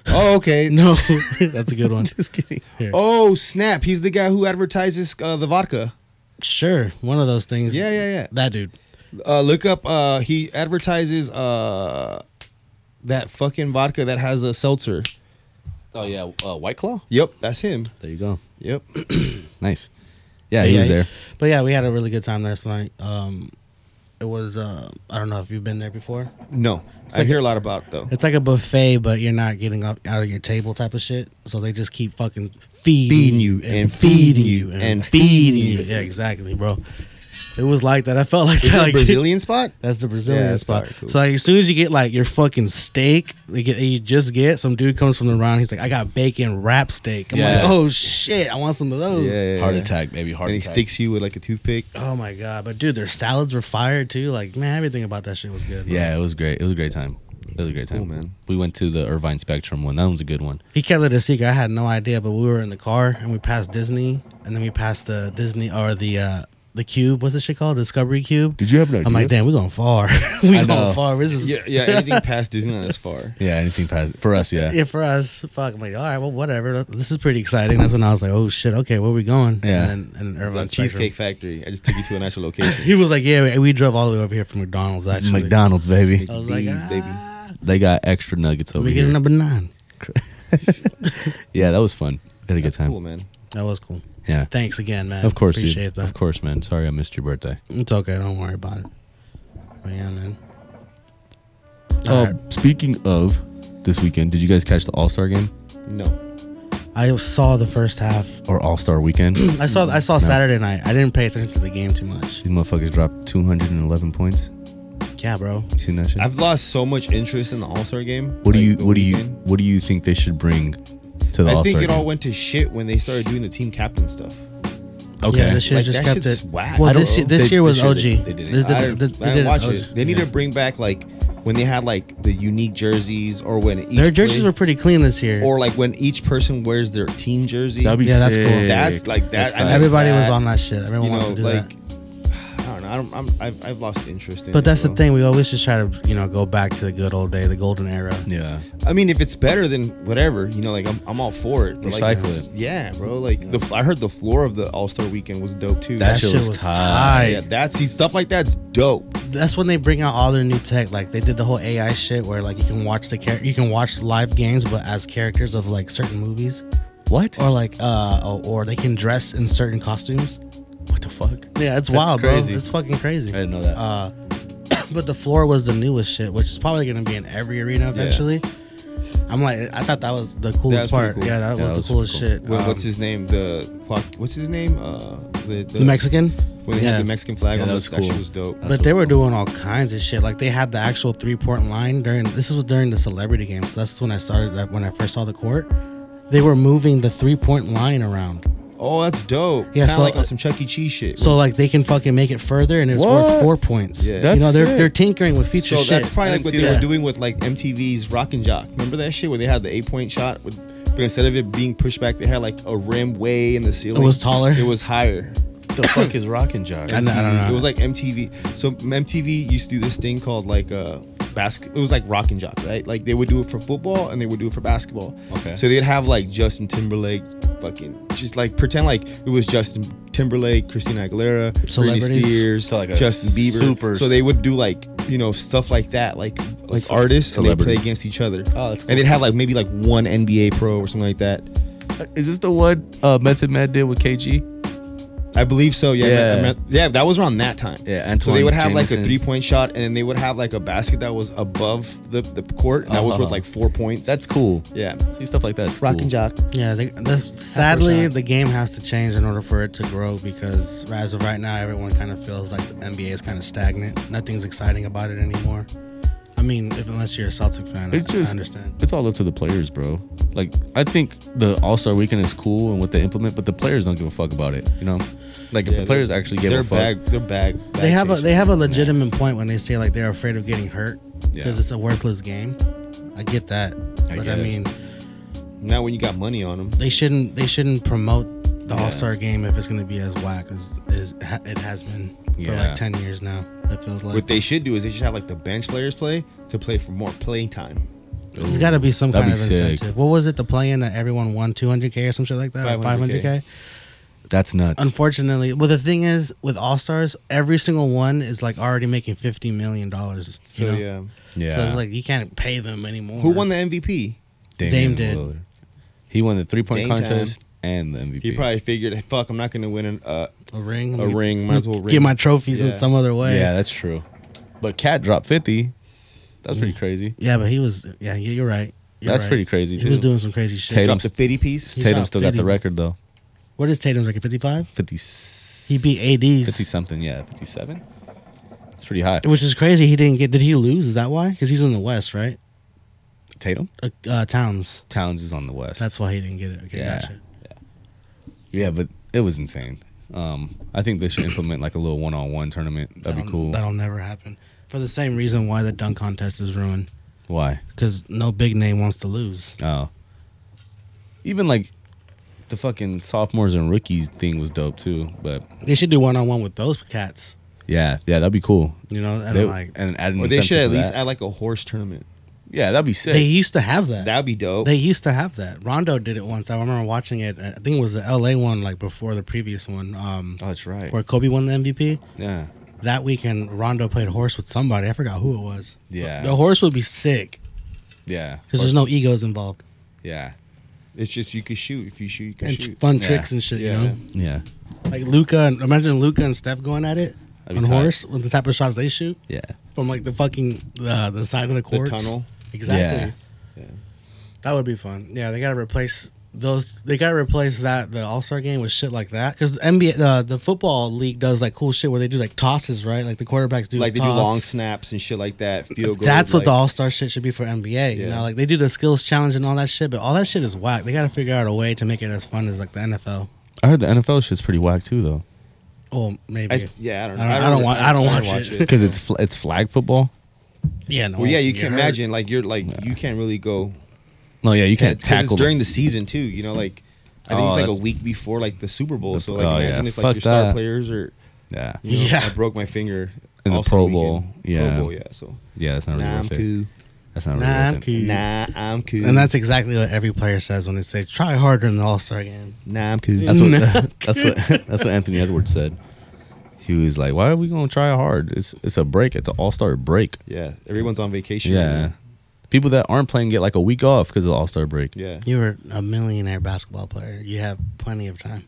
Speaker 4: Oh, okay.
Speaker 5: no. that's a good one.
Speaker 6: Just kidding.
Speaker 5: Here.
Speaker 4: Oh snap! He's the guy who advertises uh, the vodka.
Speaker 5: Sure, one of those things.
Speaker 4: Yeah, yeah,
Speaker 5: That dude.
Speaker 4: yeah. Uh, look up. Uh, he advertises uh, that fucking vodka that has a seltzer.
Speaker 6: Oh yeah, uh, White Claw.
Speaker 4: Yep, that's him.
Speaker 6: There you go.
Speaker 4: Yep.
Speaker 6: Nice. Yeah, he was there.
Speaker 5: But yeah, we had a really good time last night. Um, it was uh, I don't know if you've been there before.
Speaker 4: No, I
Speaker 5: like
Speaker 4: hear a lot about it, though.
Speaker 5: It's like a buffet, but you're not getting up out of your table type of shit. So they just keep fucking feeding,
Speaker 4: Feeding you and feeding you and feeding you.
Speaker 5: Yeah, exactly, bro. It was like that. I felt like
Speaker 4: Is
Speaker 5: that.
Speaker 4: it a
Speaker 5: like-
Speaker 4: Brazilian spot?
Speaker 5: That's the Brazilian
Speaker 4: Yeah, that's
Speaker 5: spot.
Speaker 4: alright, cool.
Speaker 5: So like, as soon as you get like your fucking steak, like, you just get some dude comes from the round. He's like, I got bacon wrap steak. I'm
Speaker 6: Yeah.
Speaker 5: like, oh shit, I want some of those.
Speaker 6: Heart attack, baby. Heart
Speaker 4: And he
Speaker 6: attack.
Speaker 4: sticks you with like a toothpick.
Speaker 5: Oh my god! But dude, their salads were fire too. Like man, everything about that shit was good. bro.
Speaker 6: Yeah, it was great. It was a great time. It was a great
Speaker 4: cool,
Speaker 6: time,
Speaker 4: man.
Speaker 6: We went to the Irvine Spectrum one. That one's a good one.
Speaker 5: he kept it a secret. I had no idea, but we were in the car and we passed Disney, and then we passed the Disney or the uh the cube. What's this shit called? Discovery Cube.
Speaker 6: Did you have an
Speaker 5: I'm like,
Speaker 6: idea?
Speaker 5: damn, we going far. we
Speaker 6: I
Speaker 5: going
Speaker 6: know.
Speaker 5: far. This is
Speaker 4: Yeah, yeah. Anything past Disneyland is far.
Speaker 6: Yeah, anything past for us. Yeah,
Speaker 5: Yeah, for us, fuck. I'm like, all right, well, whatever. This is pretty exciting. That's when I was like, oh shit, okay, where we going?
Speaker 6: Yeah.
Speaker 5: And then, and
Speaker 4: It's
Speaker 5: Irvine
Speaker 4: on
Speaker 5: Spectrum.
Speaker 4: Cheesecake Factory. I just took you to an actual location.
Speaker 5: He was like, yeah, we, we drove all the way over here from McDonald's actually.
Speaker 6: McDonald's, baby.
Speaker 5: I was like,
Speaker 4: These, baby.
Speaker 5: ah,
Speaker 6: They got extra nuggets over
Speaker 5: we
Speaker 6: here.
Speaker 5: get number nine.
Speaker 6: yeah, that was fun. We had a good time.
Speaker 4: Cool, man.
Speaker 5: That was cool.
Speaker 6: Yeah,
Speaker 5: Thanks again, man.
Speaker 6: of course,
Speaker 5: appreciate
Speaker 6: dude.
Speaker 5: that.
Speaker 6: Of course, man. Sorry, I missed your birthday.
Speaker 5: It's okay. Don't worry about it. But yeah, man.
Speaker 6: Uh,
Speaker 5: Alright.
Speaker 6: Speaking of this weekend, did you guys catch the All Star game
Speaker 4: No.
Speaker 5: I saw the first half.
Speaker 6: or All Star weekend? These
Speaker 5: I saw I saw Saturday night. I didn't pay attention to the game too much.
Speaker 6: motherfuckers dropped 211 points.
Speaker 5: Yeah, bro.
Speaker 6: You seen that shit?
Speaker 4: I've lost so much interest in the All Star game.
Speaker 6: what do
Speaker 4: like,
Speaker 6: you
Speaker 4: the
Speaker 6: What do you
Speaker 4: weekend.
Speaker 6: What do you think they should bring to the
Speaker 4: I
Speaker 6: All
Speaker 4: think
Speaker 6: Star
Speaker 4: it
Speaker 6: game?
Speaker 4: all went to shit when they started doing the team captain stuff.
Speaker 6: okay.
Speaker 5: Yeah, they should
Speaker 4: Like,
Speaker 5: have just
Speaker 4: that
Speaker 5: kept
Speaker 4: shit's
Speaker 5: it.
Speaker 4: whack,
Speaker 5: well,
Speaker 4: bro.
Speaker 5: this year, this
Speaker 6: They-
Speaker 5: year
Speaker 6: they
Speaker 5: was
Speaker 6: should-
Speaker 5: OG.
Speaker 6: they didn't.
Speaker 5: This-
Speaker 4: I,
Speaker 5: they-
Speaker 4: didn't,
Speaker 5: they
Speaker 4: I
Speaker 5: did
Speaker 4: didn't watch
Speaker 5: OG.
Speaker 4: it. They need to bring back like when they had like the unique jerseys or when each
Speaker 5: Their jerseys
Speaker 4: play-
Speaker 5: were pretty clean this year.
Speaker 4: or like when each person wears their team jersey.
Speaker 6: That'd be
Speaker 5: Yeah, that's cool.
Speaker 6: sick.
Speaker 4: That's like that.
Speaker 6: That's
Speaker 4: I
Speaker 6: nice.
Speaker 4: missed
Speaker 5: Everybody was
Speaker 4: that.
Speaker 5: on that shit. Everyone
Speaker 4: You know,
Speaker 5: wants to do
Speaker 4: like
Speaker 5: that.
Speaker 4: I don't know. I don't, I'm, I've, I've lost interest in. it,
Speaker 5: But that's the
Speaker 4: bro.
Speaker 5: thing. We always just try to you know go back to the good old day, the golden era.
Speaker 6: Yeah.
Speaker 4: I mean, if it's better than whatever, you know, like I'm, I'm all for it. But like,
Speaker 6: Recycle it.
Speaker 4: Yeah, bro. Like the I heard the floor of the All Star Weekend was dope too.
Speaker 6: That shit was tight.
Speaker 4: yeah, that's see stuff like that's dope.
Speaker 5: that's when they bring out all their new tech. Like they did the whole AI shit, where like you can watch the char- you can watch live games, but as characters of like certain movies,
Speaker 6: What?
Speaker 5: or like uh, or, or they can dress in certain costumes.
Speaker 6: What the fuck?
Speaker 5: Yeah, it's wild,
Speaker 6: crazy.
Speaker 5: bro. It's fucking crazy.
Speaker 6: I didn't know that.
Speaker 5: Uh, but the floor was the newest shit, which is probably gonna be in every arena eventually. I'm like, I thought that was the
Speaker 4: pretty
Speaker 5: coolest part.
Speaker 4: cool.
Speaker 5: Yeah, that
Speaker 6: Yeah,
Speaker 5: was
Speaker 6: that
Speaker 5: the
Speaker 6: was
Speaker 5: coolest
Speaker 6: pretty
Speaker 5: shit.
Speaker 4: What-
Speaker 5: Um,
Speaker 4: what's his name? The fuck- what's his name? Uh, the, the,
Speaker 5: the Mexican?
Speaker 4: When they
Speaker 5: yeah.
Speaker 4: had the Mexican flag
Speaker 6: Yeah,
Speaker 4: on,
Speaker 6: that
Speaker 4: that,
Speaker 6: was
Speaker 4: that
Speaker 6: cool.
Speaker 4: shit was dope.
Speaker 6: That's
Speaker 5: But they
Speaker 6: really
Speaker 5: were
Speaker 6: cool.
Speaker 5: doing all kinds of shit. Like they had the actual three point line during. This was during the celebrity game, so that's when I started. When I first saw the court, they were moving the three point line around.
Speaker 4: Oh, that's dope.
Speaker 5: Yeah,
Speaker 4: Kinda
Speaker 5: so-
Speaker 4: like on some Chuck E. Cheese shit.
Speaker 5: So like they can fucking make it further and it's
Speaker 4: What?
Speaker 5: worth four points.
Speaker 4: Yeah.
Speaker 5: you know
Speaker 6: That's
Speaker 5: they're
Speaker 6: sick.
Speaker 5: they're tinkering with feature
Speaker 4: So
Speaker 5: shit.
Speaker 4: that's probably
Speaker 6: I
Speaker 4: like
Speaker 6: didn't
Speaker 4: what
Speaker 6: see
Speaker 4: they were
Speaker 5: that.
Speaker 4: doing with like MTV's Rock and Jock. Remember that shit where they had the eight point shot, with, but instead of it being pushed back, they had like a rim way in the ceiling.
Speaker 5: was taller?
Speaker 4: It was higher.
Speaker 6: the fuck is rocking jock?
Speaker 5: I know. I don't know.
Speaker 4: It was like MTV. So MTV used to do this thing called like uh basket. It was like Rock and Jock, right? Like they would do it for football and they would do it for basketball.
Speaker 6: Okay.
Speaker 4: So they'd have like Justin Timberlake, fucking just like pretend like it was Justin Timberlake, Christina Aguilera, Britney
Speaker 5: Celebrities.
Speaker 4: Spears,
Speaker 6: To, like, a
Speaker 4: Justin Bieber.
Speaker 6: super-
Speaker 4: So they would do like you know stuff like that, like like
Speaker 6: ce-
Speaker 4: artists, and they play
Speaker 6: celebrity.
Speaker 4: against each other.
Speaker 6: Oh, that's cool.
Speaker 4: And they'd have like maybe like one NBA pro or something like that.
Speaker 6: Is this the one uh, Method Man did with KG?
Speaker 4: I believe so. Yeah,
Speaker 6: Yeah.
Speaker 4: I mean, yeah, that was around that time.
Speaker 6: Yeah,
Speaker 4: so they
Speaker 6: Antoine
Speaker 4: would have like a
Speaker 6: Jameson.
Speaker 4: three point shot, and then they would have like a basket that was above the, the court, and that was worth
Speaker 6: Uh-huh.
Speaker 4: like four points.
Speaker 6: That's cool.
Speaker 4: yeah,
Speaker 6: See stuff like that's
Speaker 4: rock
Speaker 6: cool.
Speaker 4: and jock.
Speaker 5: Yeah, they, that's sadly
Speaker 4: shot.
Speaker 5: the game has to change in order for it to grow because as of right now, everyone kind of feels like the NBA is kind of stagnant. Nothing's exciting about it anymore. I mean, if, unless you're a Celtic fan, I,
Speaker 6: It just
Speaker 5: I understand.
Speaker 6: It's all up to the players, bro. Like I think the All Star Weekend is cool and what they implement, but the players don't give a fuck about it. You know, like if
Speaker 4: Yeah,
Speaker 6: the players actually give
Speaker 4: they're
Speaker 6: a fuck,
Speaker 4: bag, they're bag.
Speaker 5: They have a they have a legitimate point when they say like they're afraid of getting hurt
Speaker 6: Yeah.
Speaker 5: because it's a worthless game. I get that,
Speaker 6: I
Speaker 5: but
Speaker 6: guess.
Speaker 5: I mean,
Speaker 4: now when you got money on them.
Speaker 5: they shouldn't they shouldn't promote the
Speaker 6: Yeah.
Speaker 5: All Star game if it's going to be as whack as, as ha- it has been for
Speaker 6: Yeah.
Speaker 5: like ten years now. It feels like
Speaker 4: What they should do is they should have like the bench players play to play for more playing time.
Speaker 5: It's got to be some
Speaker 6: That'd
Speaker 5: kind
Speaker 6: be
Speaker 5: of
Speaker 6: sick.
Speaker 5: incentive. What was it? The play-in that everyone won 200k or some shit like that, or
Speaker 4: 500K.
Speaker 5: 500k.
Speaker 6: that's nuts.
Speaker 5: Unfortunately, well, the thing is with All Stars, every single one is like already making 50 million dollars.
Speaker 4: So
Speaker 5: you know?
Speaker 4: yeah,
Speaker 6: yeah,
Speaker 5: so it's like you can't pay them anymore.
Speaker 4: who won the MVP?
Speaker 6: Damian
Speaker 5: Dame did.
Speaker 6: Lillard. He won the three point
Speaker 4: Dame time.
Speaker 6: contest and the MVP.
Speaker 4: He probably figured, fuck, I'm not gonna win an, uh,
Speaker 5: a ring?
Speaker 4: a ring. Might as well
Speaker 5: Get
Speaker 4: ring.
Speaker 5: my trophies in
Speaker 4: Yeah.
Speaker 5: some other way.
Speaker 6: yeah, that's true. But Cat dropped fifty. That's
Speaker 5: Mm.
Speaker 6: pretty crazy.
Speaker 5: Yeah, but he was. Yeah, you- you're right. You're
Speaker 6: That's
Speaker 5: right.
Speaker 6: pretty crazy,
Speaker 5: He was
Speaker 6: too.
Speaker 5: doing some crazy shit.
Speaker 6: Tatum-
Speaker 4: drop the fifty piece.
Speaker 5: He
Speaker 6: Tatum
Speaker 5: dropped
Speaker 6: still got
Speaker 5: 50.
Speaker 6: the record though.
Speaker 5: What is Tatum's record? 55,
Speaker 6: Fifty.
Speaker 5: He beat ADs.
Speaker 6: Fifty something. Yeah, fifty seven. That's pretty high.
Speaker 5: which is crazy. He didn't get. Did he lose? Is that why? Because he's in the West, right?
Speaker 6: Tatum.
Speaker 5: Uh, uh, Towns.
Speaker 6: Towns is on the West.
Speaker 5: That's why he didn't get it. Okay,
Speaker 6: Yeah.
Speaker 5: gotcha.
Speaker 6: Yeah, but it was insane. Um, I think they should implement like a little one-on-one tournament. That'd be
Speaker 5: That'll-
Speaker 6: cool.
Speaker 5: That'll never happen. For the same reason why the dunk contest is ruined,
Speaker 6: Why?
Speaker 5: because no big name wants to lose.
Speaker 6: Oh, even like the fucking sophomores and rookies thing was dope too. But
Speaker 5: They should do one on one with those cats.
Speaker 6: yeah, yeah, that'd be cool.
Speaker 5: You know, and
Speaker 6: They-
Speaker 5: like
Speaker 6: and add an
Speaker 4: Or they
Speaker 6: incentive
Speaker 4: should
Speaker 6: to
Speaker 4: at least
Speaker 6: that.
Speaker 4: add like a horse tournament.
Speaker 6: yeah, that'd be sick.
Speaker 5: they used to have that.
Speaker 4: That'd be dope.
Speaker 5: they used to have that. Rondo did it once. I remember watching it. I think it was the L.A. one, like before the previous one, um,
Speaker 6: oh, that's right.
Speaker 5: where Kobe won the MVP.
Speaker 6: Yeah,
Speaker 5: That weekend, Rondo played horse with somebody. I forgot who it was.
Speaker 6: Yeah.
Speaker 5: the horse would be sick
Speaker 6: yeah,
Speaker 5: because there's no egos involved
Speaker 6: yeah,
Speaker 4: It's just you could shoot. If you shoot, you can
Speaker 5: and
Speaker 4: shoot.
Speaker 5: fun
Speaker 6: Yeah.
Speaker 5: tricks and shit.
Speaker 4: Yeah.
Speaker 5: You know,
Speaker 6: yeah,
Speaker 5: Like Luca, and imagine Luca and Steph going at it
Speaker 6: That'd
Speaker 5: on
Speaker 6: be tight.
Speaker 5: horse with the type of shots they shoot
Speaker 6: yeah.
Speaker 5: from like the fucking uh, the side of the court
Speaker 4: tunnel.
Speaker 5: Exactly.
Speaker 6: Yeah.
Speaker 4: Yeah.
Speaker 5: That would be fun. Yeah, they gotta replace those. They gotta replace that the All Star game with shit like that because NBA uh, the football league does like cool shit where they do like tosses right like the quarterbacks do
Speaker 4: like
Speaker 5: the
Speaker 4: they do
Speaker 5: toss.
Speaker 4: long snaps and shit like that. Field goals.
Speaker 5: That's what
Speaker 4: like,
Speaker 5: the All Star shit should be for NBA. You
Speaker 4: Yeah.
Speaker 5: know, like they do the skills challenge and all that shit, but all that shit is whack. They gotta figure out a way to make it as fun as like the NFL.
Speaker 6: I heard the NFL shit's pretty whack too though,
Speaker 5: Well, maybe.
Speaker 4: I, yeah, I don't know.
Speaker 5: I don't, I don't want. I don't watch, it.
Speaker 6: because it's fl- it's flag football.
Speaker 5: Yeah, no.
Speaker 4: Well, yeah, you
Speaker 5: get
Speaker 4: can
Speaker 5: hurt.
Speaker 4: imagine. Like you're like you can't really go.
Speaker 6: No, yeah, you
Speaker 4: Yeah,
Speaker 6: can't
Speaker 4: it's 'cause
Speaker 6: tackle
Speaker 4: it's during the season too. You know, like I think
Speaker 6: Oh,
Speaker 4: it's like
Speaker 6: that's-
Speaker 4: a week before like the Super Bowl. So like
Speaker 6: Oh, yeah.
Speaker 4: imagine if like
Speaker 6: Fuck
Speaker 4: your star
Speaker 6: that.
Speaker 4: players are.
Speaker 6: yeah,
Speaker 4: You know,
Speaker 5: Yeah.
Speaker 4: I broke my finger
Speaker 6: In the
Speaker 4: All-Star
Speaker 6: Pro Bowl.
Speaker 4: weekend.
Speaker 6: Yeah.
Speaker 4: Pro Bowl. Yeah. So
Speaker 6: yeah. That's not really
Speaker 4: nah, I'm
Speaker 6: worth it.
Speaker 4: cool.
Speaker 6: That's not really
Speaker 5: Nah, I'm
Speaker 6: worth it.
Speaker 5: cool.
Speaker 4: Nah, I'm cool.
Speaker 5: And that's exactly what every player says when they say, try harder in the All Star game.
Speaker 4: nah, I'm cool.
Speaker 6: That's what
Speaker 5: No.
Speaker 6: that's what that's what Anthony Edwards said. He was like, "Why are we gonna try hard? It's it's a break. It's an All Star break.
Speaker 4: yeah, everyone's on vacation. right
Speaker 6: Yeah,
Speaker 4: now.
Speaker 6: people that aren't playing get like a week off because of the All Star break.
Speaker 4: Yeah.
Speaker 5: You were a millionaire basketball player. You have plenty of time.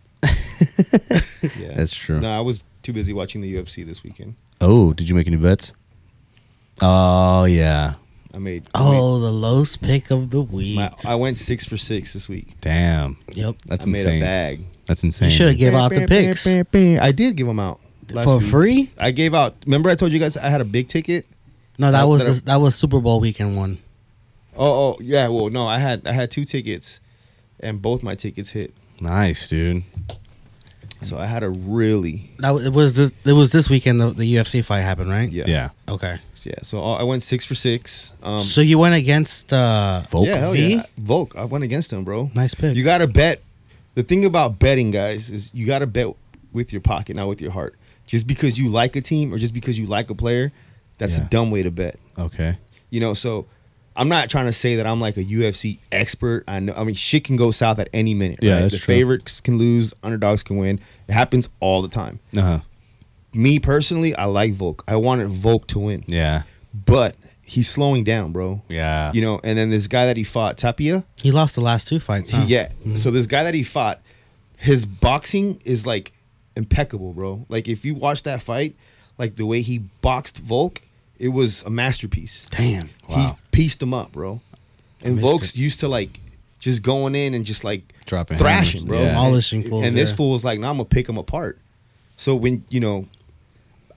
Speaker 4: Yeah.
Speaker 6: That's true.
Speaker 4: No, I was too busy watching the UFC this weekend.
Speaker 6: Oh, did you make any bets? Oh yeah,
Speaker 4: I made. I made-
Speaker 5: Oh, the lowest pick of the week.
Speaker 4: My, I went six for six this week.
Speaker 6: damn,
Speaker 5: yep.
Speaker 6: that's
Speaker 4: I made
Speaker 6: insane.
Speaker 4: a bag.
Speaker 6: That's insane.
Speaker 5: You should have gave out the picks
Speaker 4: I did give them out last
Speaker 5: for
Speaker 4: week.
Speaker 5: free.
Speaker 4: I gave out. Remember, I told you guys I had a big ticket.
Speaker 5: No, that
Speaker 4: That-
Speaker 5: was
Speaker 4: that-
Speaker 5: that was Super Bowl weekend one.
Speaker 4: Oh, oh yeah. Well, no, I had I had two tickets, and both my tickets hit.
Speaker 6: Nice, dude.
Speaker 4: So I had a really
Speaker 5: That w- it was this. It was this weekend the, the UFC fight happened, right?
Speaker 4: yeah
Speaker 6: Yeah.
Speaker 5: Okay.
Speaker 4: yeah. So I I went six for six. Um,
Speaker 5: so you went against. uh
Speaker 6: Volk.
Speaker 4: yeah, hell
Speaker 5: V?
Speaker 4: yeah, Volk. I went against him, bro.
Speaker 5: Nice pick.
Speaker 4: You gotta bet. The thing about betting, guys, is you gotta bet with your pocket, not with your heart. Just because you like a team or just because you like a player, that's
Speaker 6: Yeah.
Speaker 4: a dumb way to bet.
Speaker 6: Okay.
Speaker 4: You know, so I'm not trying to say that I'm like a UFC expert. I know, I mean, shit can go south at any minute.
Speaker 6: Yeah,
Speaker 4: right?
Speaker 6: that's
Speaker 4: the
Speaker 6: true.
Speaker 4: favorites can lose, underdogs can win. It happens all the time.
Speaker 6: Uh huh.
Speaker 4: Me personally, I like Volk. I wanted Volk to win,
Speaker 6: Yeah.
Speaker 4: but he's slowing down, bro.
Speaker 6: Yeah.
Speaker 4: You know, and then this guy that he fought, Tapia.
Speaker 5: He lost the last two fights.
Speaker 4: He-
Speaker 5: Huh?
Speaker 4: yeah. So this guy that he fought, his boxing is like impeccable, bro. Like if you watch that fight, like the way he boxed Volk, it was a masterpiece.
Speaker 5: Damn.
Speaker 6: Wow.
Speaker 4: He pieced him up, bro. And
Speaker 5: missed
Speaker 4: Volk's
Speaker 5: it.
Speaker 4: used to like just going in and just like
Speaker 6: Dropping
Speaker 4: thrashing,
Speaker 6: hammers,
Speaker 4: bro.
Speaker 6: yeah.
Speaker 5: Demolishing fools,
Speaker 4: And this
Speaker 5: yeah.
Speaker 4: fool was like, "Nah, I'm gonna pick him apart." So when you know,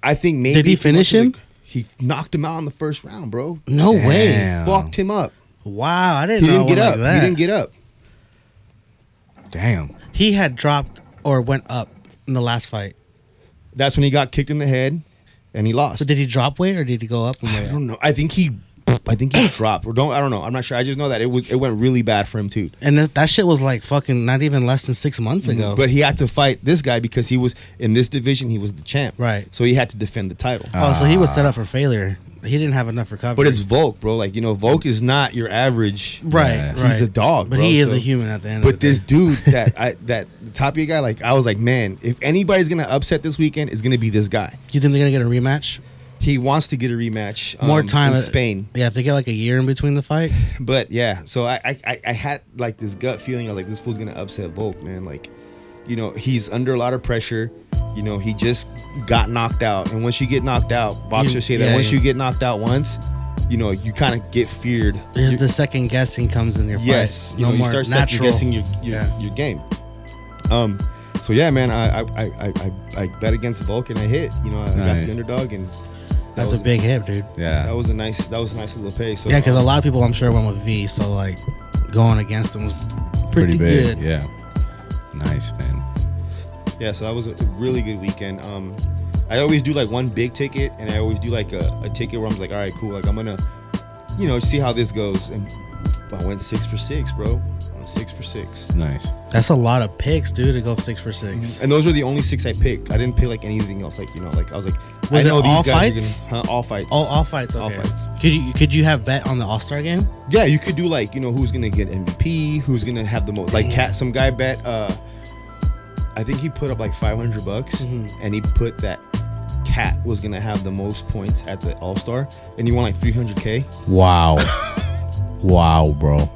Speaker 4: I think maybe
Speaker 5: he
Speaker 4: if went
Speaker 5: finish
Speaker 4: to the-
Speaker 5: him?
Speaker 4: he knocked him out in the first round, bro.
Speaker 5: No way.
Speaker 6: Damn.
Speaker 4: Fucked him up.
Speaker 5: Wow. I didn't.
Speaker 4: He
Speaker 5: know
Speaker 4: didn't
Speaker 5: it
Speaker 4: get
Speaker 5: went
Speaker 4: up.
Speaker 5: like that.
Speaker 4: He didn't get up.
Speaker 6: Damn.
Speaker 5: He had dropped or went up in the last fight.
Speaker 4: That's when he got kicked in the head, and he lost.
Speaker 5: So did he drop weight or did he go up? And
Speaker 4: I
Speaker 5: weight?
Speaker 4: don't know. I think he, I think he dropped or don't. I don't know. I'm not sure. I just know that it was it went really bad for him too.
Speaker 5: And that, that shit was like fucking not even less than six months ago.
Speaker 4: But he had to fight this guy because he was in this division. He was the champ,
Speaker 5: Right.
Speaker 4: So he had to defend the title.
Speaker 5: oh, so he was set up for failure. He didn't have enough recovery.
Speaker 4: Ah. but it's Volk, bro. Like you know, Volk is not your average.
Speaker 5: right.
Speaker 6: Yeah.
Speaker 5: right.
Speaker 4: He's a dog,
Speaker 5: but
Speaker 4: bro,
Speaker 5: he is
Speaker 4: so-
Speaker 5: a human at the end. of
Speaker 4: But
Speaker 5: the
Speaker 4: this
Speaker 5: day.
Speaker 4: dude that I that the top of your guy, like I was like, man, if anybody's gonna upset this weekend, it's gonna be this guy.
Speaker 5: you think they're gonna get a rematch?
Speaker 4: He wants to get a rematch, um,
Speaker 5: More time
Speaker 4: in
Speaker 5: uh,
Speaker 4: Spain.
Speaker 5: Yeah, if they get like a year in between the fight,
Speaker 4: But yeah, so I, I- I I had like this gut feeling. I was like, this fool's gonna upset Volk, man. Like, you know, he's under a lot of pressure. You know, he just got knocked out, and once you get knocked out, boxers say that
Speaker 5: yeah,
Speaker 4: once
Speaker 5: yeah.
Speaker 4: you get knocked out once, you know, you kind of get feared.
Speaker 5: there's
Speaker 4: You-
Speaker 5: the second guessing comes in your fight.
Speaker 4: yes, you
Speaker 5: no
Speaker 4: know, you
Speaker 5: more
Speaker 4: start second
Speaker 5: natural.
Speaker 4: guessing your your,
Speaker 5: Yeah.
Speaker 4: your game. Um, so yeah, man, I I, I, I I I bet against Volk and I hit. You know, I got
Speaker 6: Nice.
Speaker 4: the underdog, and that
Speaker 5: That's
Speaker 4: was-
Speaker 5: a big hit, dude.
Speaker 6: Yeah.
Speaker 4: That was a nice that was a nice little pay. So
Speaker 5: Yeah, because
Speaker 4: um,
Speaker 5: a lot of people I'm sure went with V, so like going against him was pretty,
Speaker 6: big.
Speaker 5: good.
Speaker 6: Yeah. Nice, man.
Speaker 4: Yeah, so that was a really good weekend. Um, I always do like one big ticket, and I always do like a, a ticket where I'm like, all right, cool, like I'm gonna, you know, see how this goes. And I went six for six, bro. I went six for six,
Speaker 6: Nice.
Speaker 5: That's a lot of picks, dude, to go six for six.
Speaker 4: Mm-hmm. and those are the only six I picked. I didn't pick like anything else. Like you know, like I was like,
Speaker 5: Was
Speaker 4: I
Speaker 5: it
Speaker 4: know
Speaker 5: all
Speaker 4: are
Speaker 5: fights?
Speaker 4: gonna- huh, all fights.
Speaker 5: Oh, all fights. Okay.
Speaker 4: All fights.
Speaker 5: Could you could you have bet on the All Star game?
Speaker 4: Yeah, you could do like you know who's gonna get MVP, who's gonna have the most. Like cat, some guy bet. uh I think he put up like five hundred bucks,
Speaker 6: Mm-hmm.
Speaker 4: and he put that cat was gonna have the most points at the All Star, and he won like three hundred k.
Speaker 6: Wow. wow, bro.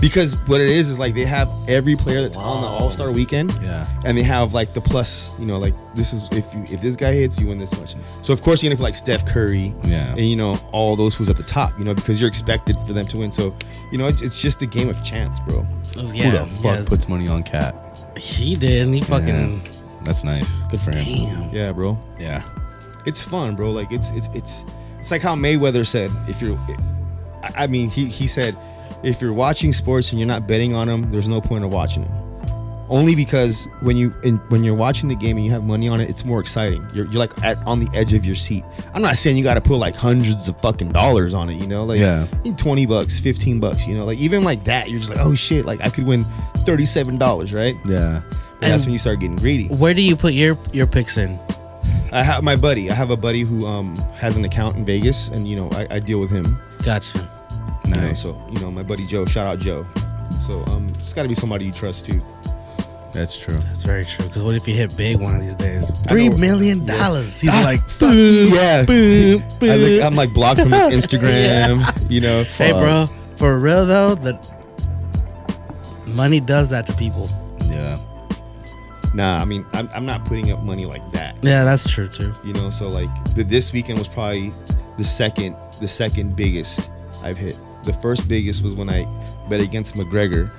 Speaker 4: Because what it is is like they have every player that's on the All Star weekend.
Speaker 6: Yeah.
Speaker 4: And they have like the plus, you know, like this is if you if this guy hits, you win this much. So of course you're gonna put like Steph Curry,
Speaker 6: Yeah.
Speaker 4: and you know all those who's at the top, you know, because you're expected for them to win. So, you know, it's, it's just a game of chance, bro.
Speaker 6: Who the fuck puts money on cat?
Speaker 5: he did, and he
Speaker 6: Yeah.
Speaker 5: fucking
Speaker 6: That's nice. Good for him.
Speaker 5: damn.
Speaker 4: Yeah, bro.
Speaker 6: Yeah.
Speaker 4: it's fun, bro. Like it's it's it's it's like how Mayweather said, if you're, I I mean, he he said, if you're watching sports and you're not betting on them, there's no point of watching them. Only because when you in, when you're watching the game and you have money on it, it's more exciting. You're, you're like at, on the edge of your seat. I'm not saying you got to put like hundreds of fucking dollars on it, you know, like
Speaker 6: Yeah.
Speaker 4: you need twenty bucks, fifteen bucks, you know, like even like that, you're just like, oh shit, like I could win thirty seven dollars, right?
Speaker 6: Yeah.
Speaker 4: And that's
Speaker 5: And-
Speaker 4: when you start getting greedy.
Speaker 5: Where do you put your your picks in?
Speaker 4: I have my buddy. I have a buddy who um has an account in Vegas, and you know I, I deal with him.
Speaker 5: Gotcha.
Speaker 4: you know,
Speaker 6: Nice.
Speaker 4: so you know my buddy Joe. Shout out Joe. So um, it's got to be somebody you trust too.
Speaker 6: That's true.
Speaker 5: That's very true. Because what if you hit big one of these days?
Speaker 4: Three
Speaker 5: Three million dollars. Ah. He's like,
Speaker 4: Fuck yeah. I look, I'm like blocked from his Instagram. You know.
Speaker 5: hey, bro, for real though, the money does that to people.
Speaker 6: Yeah.
Speaker 4: Nah, I mean I'm, I'm not putting up money like that.
Speaker 5: Yeah, that's true too.
Speaker 4: You know. So like the, this weekend was probably the second the second biggest I've hit. The first biggest was when I bet against McGregor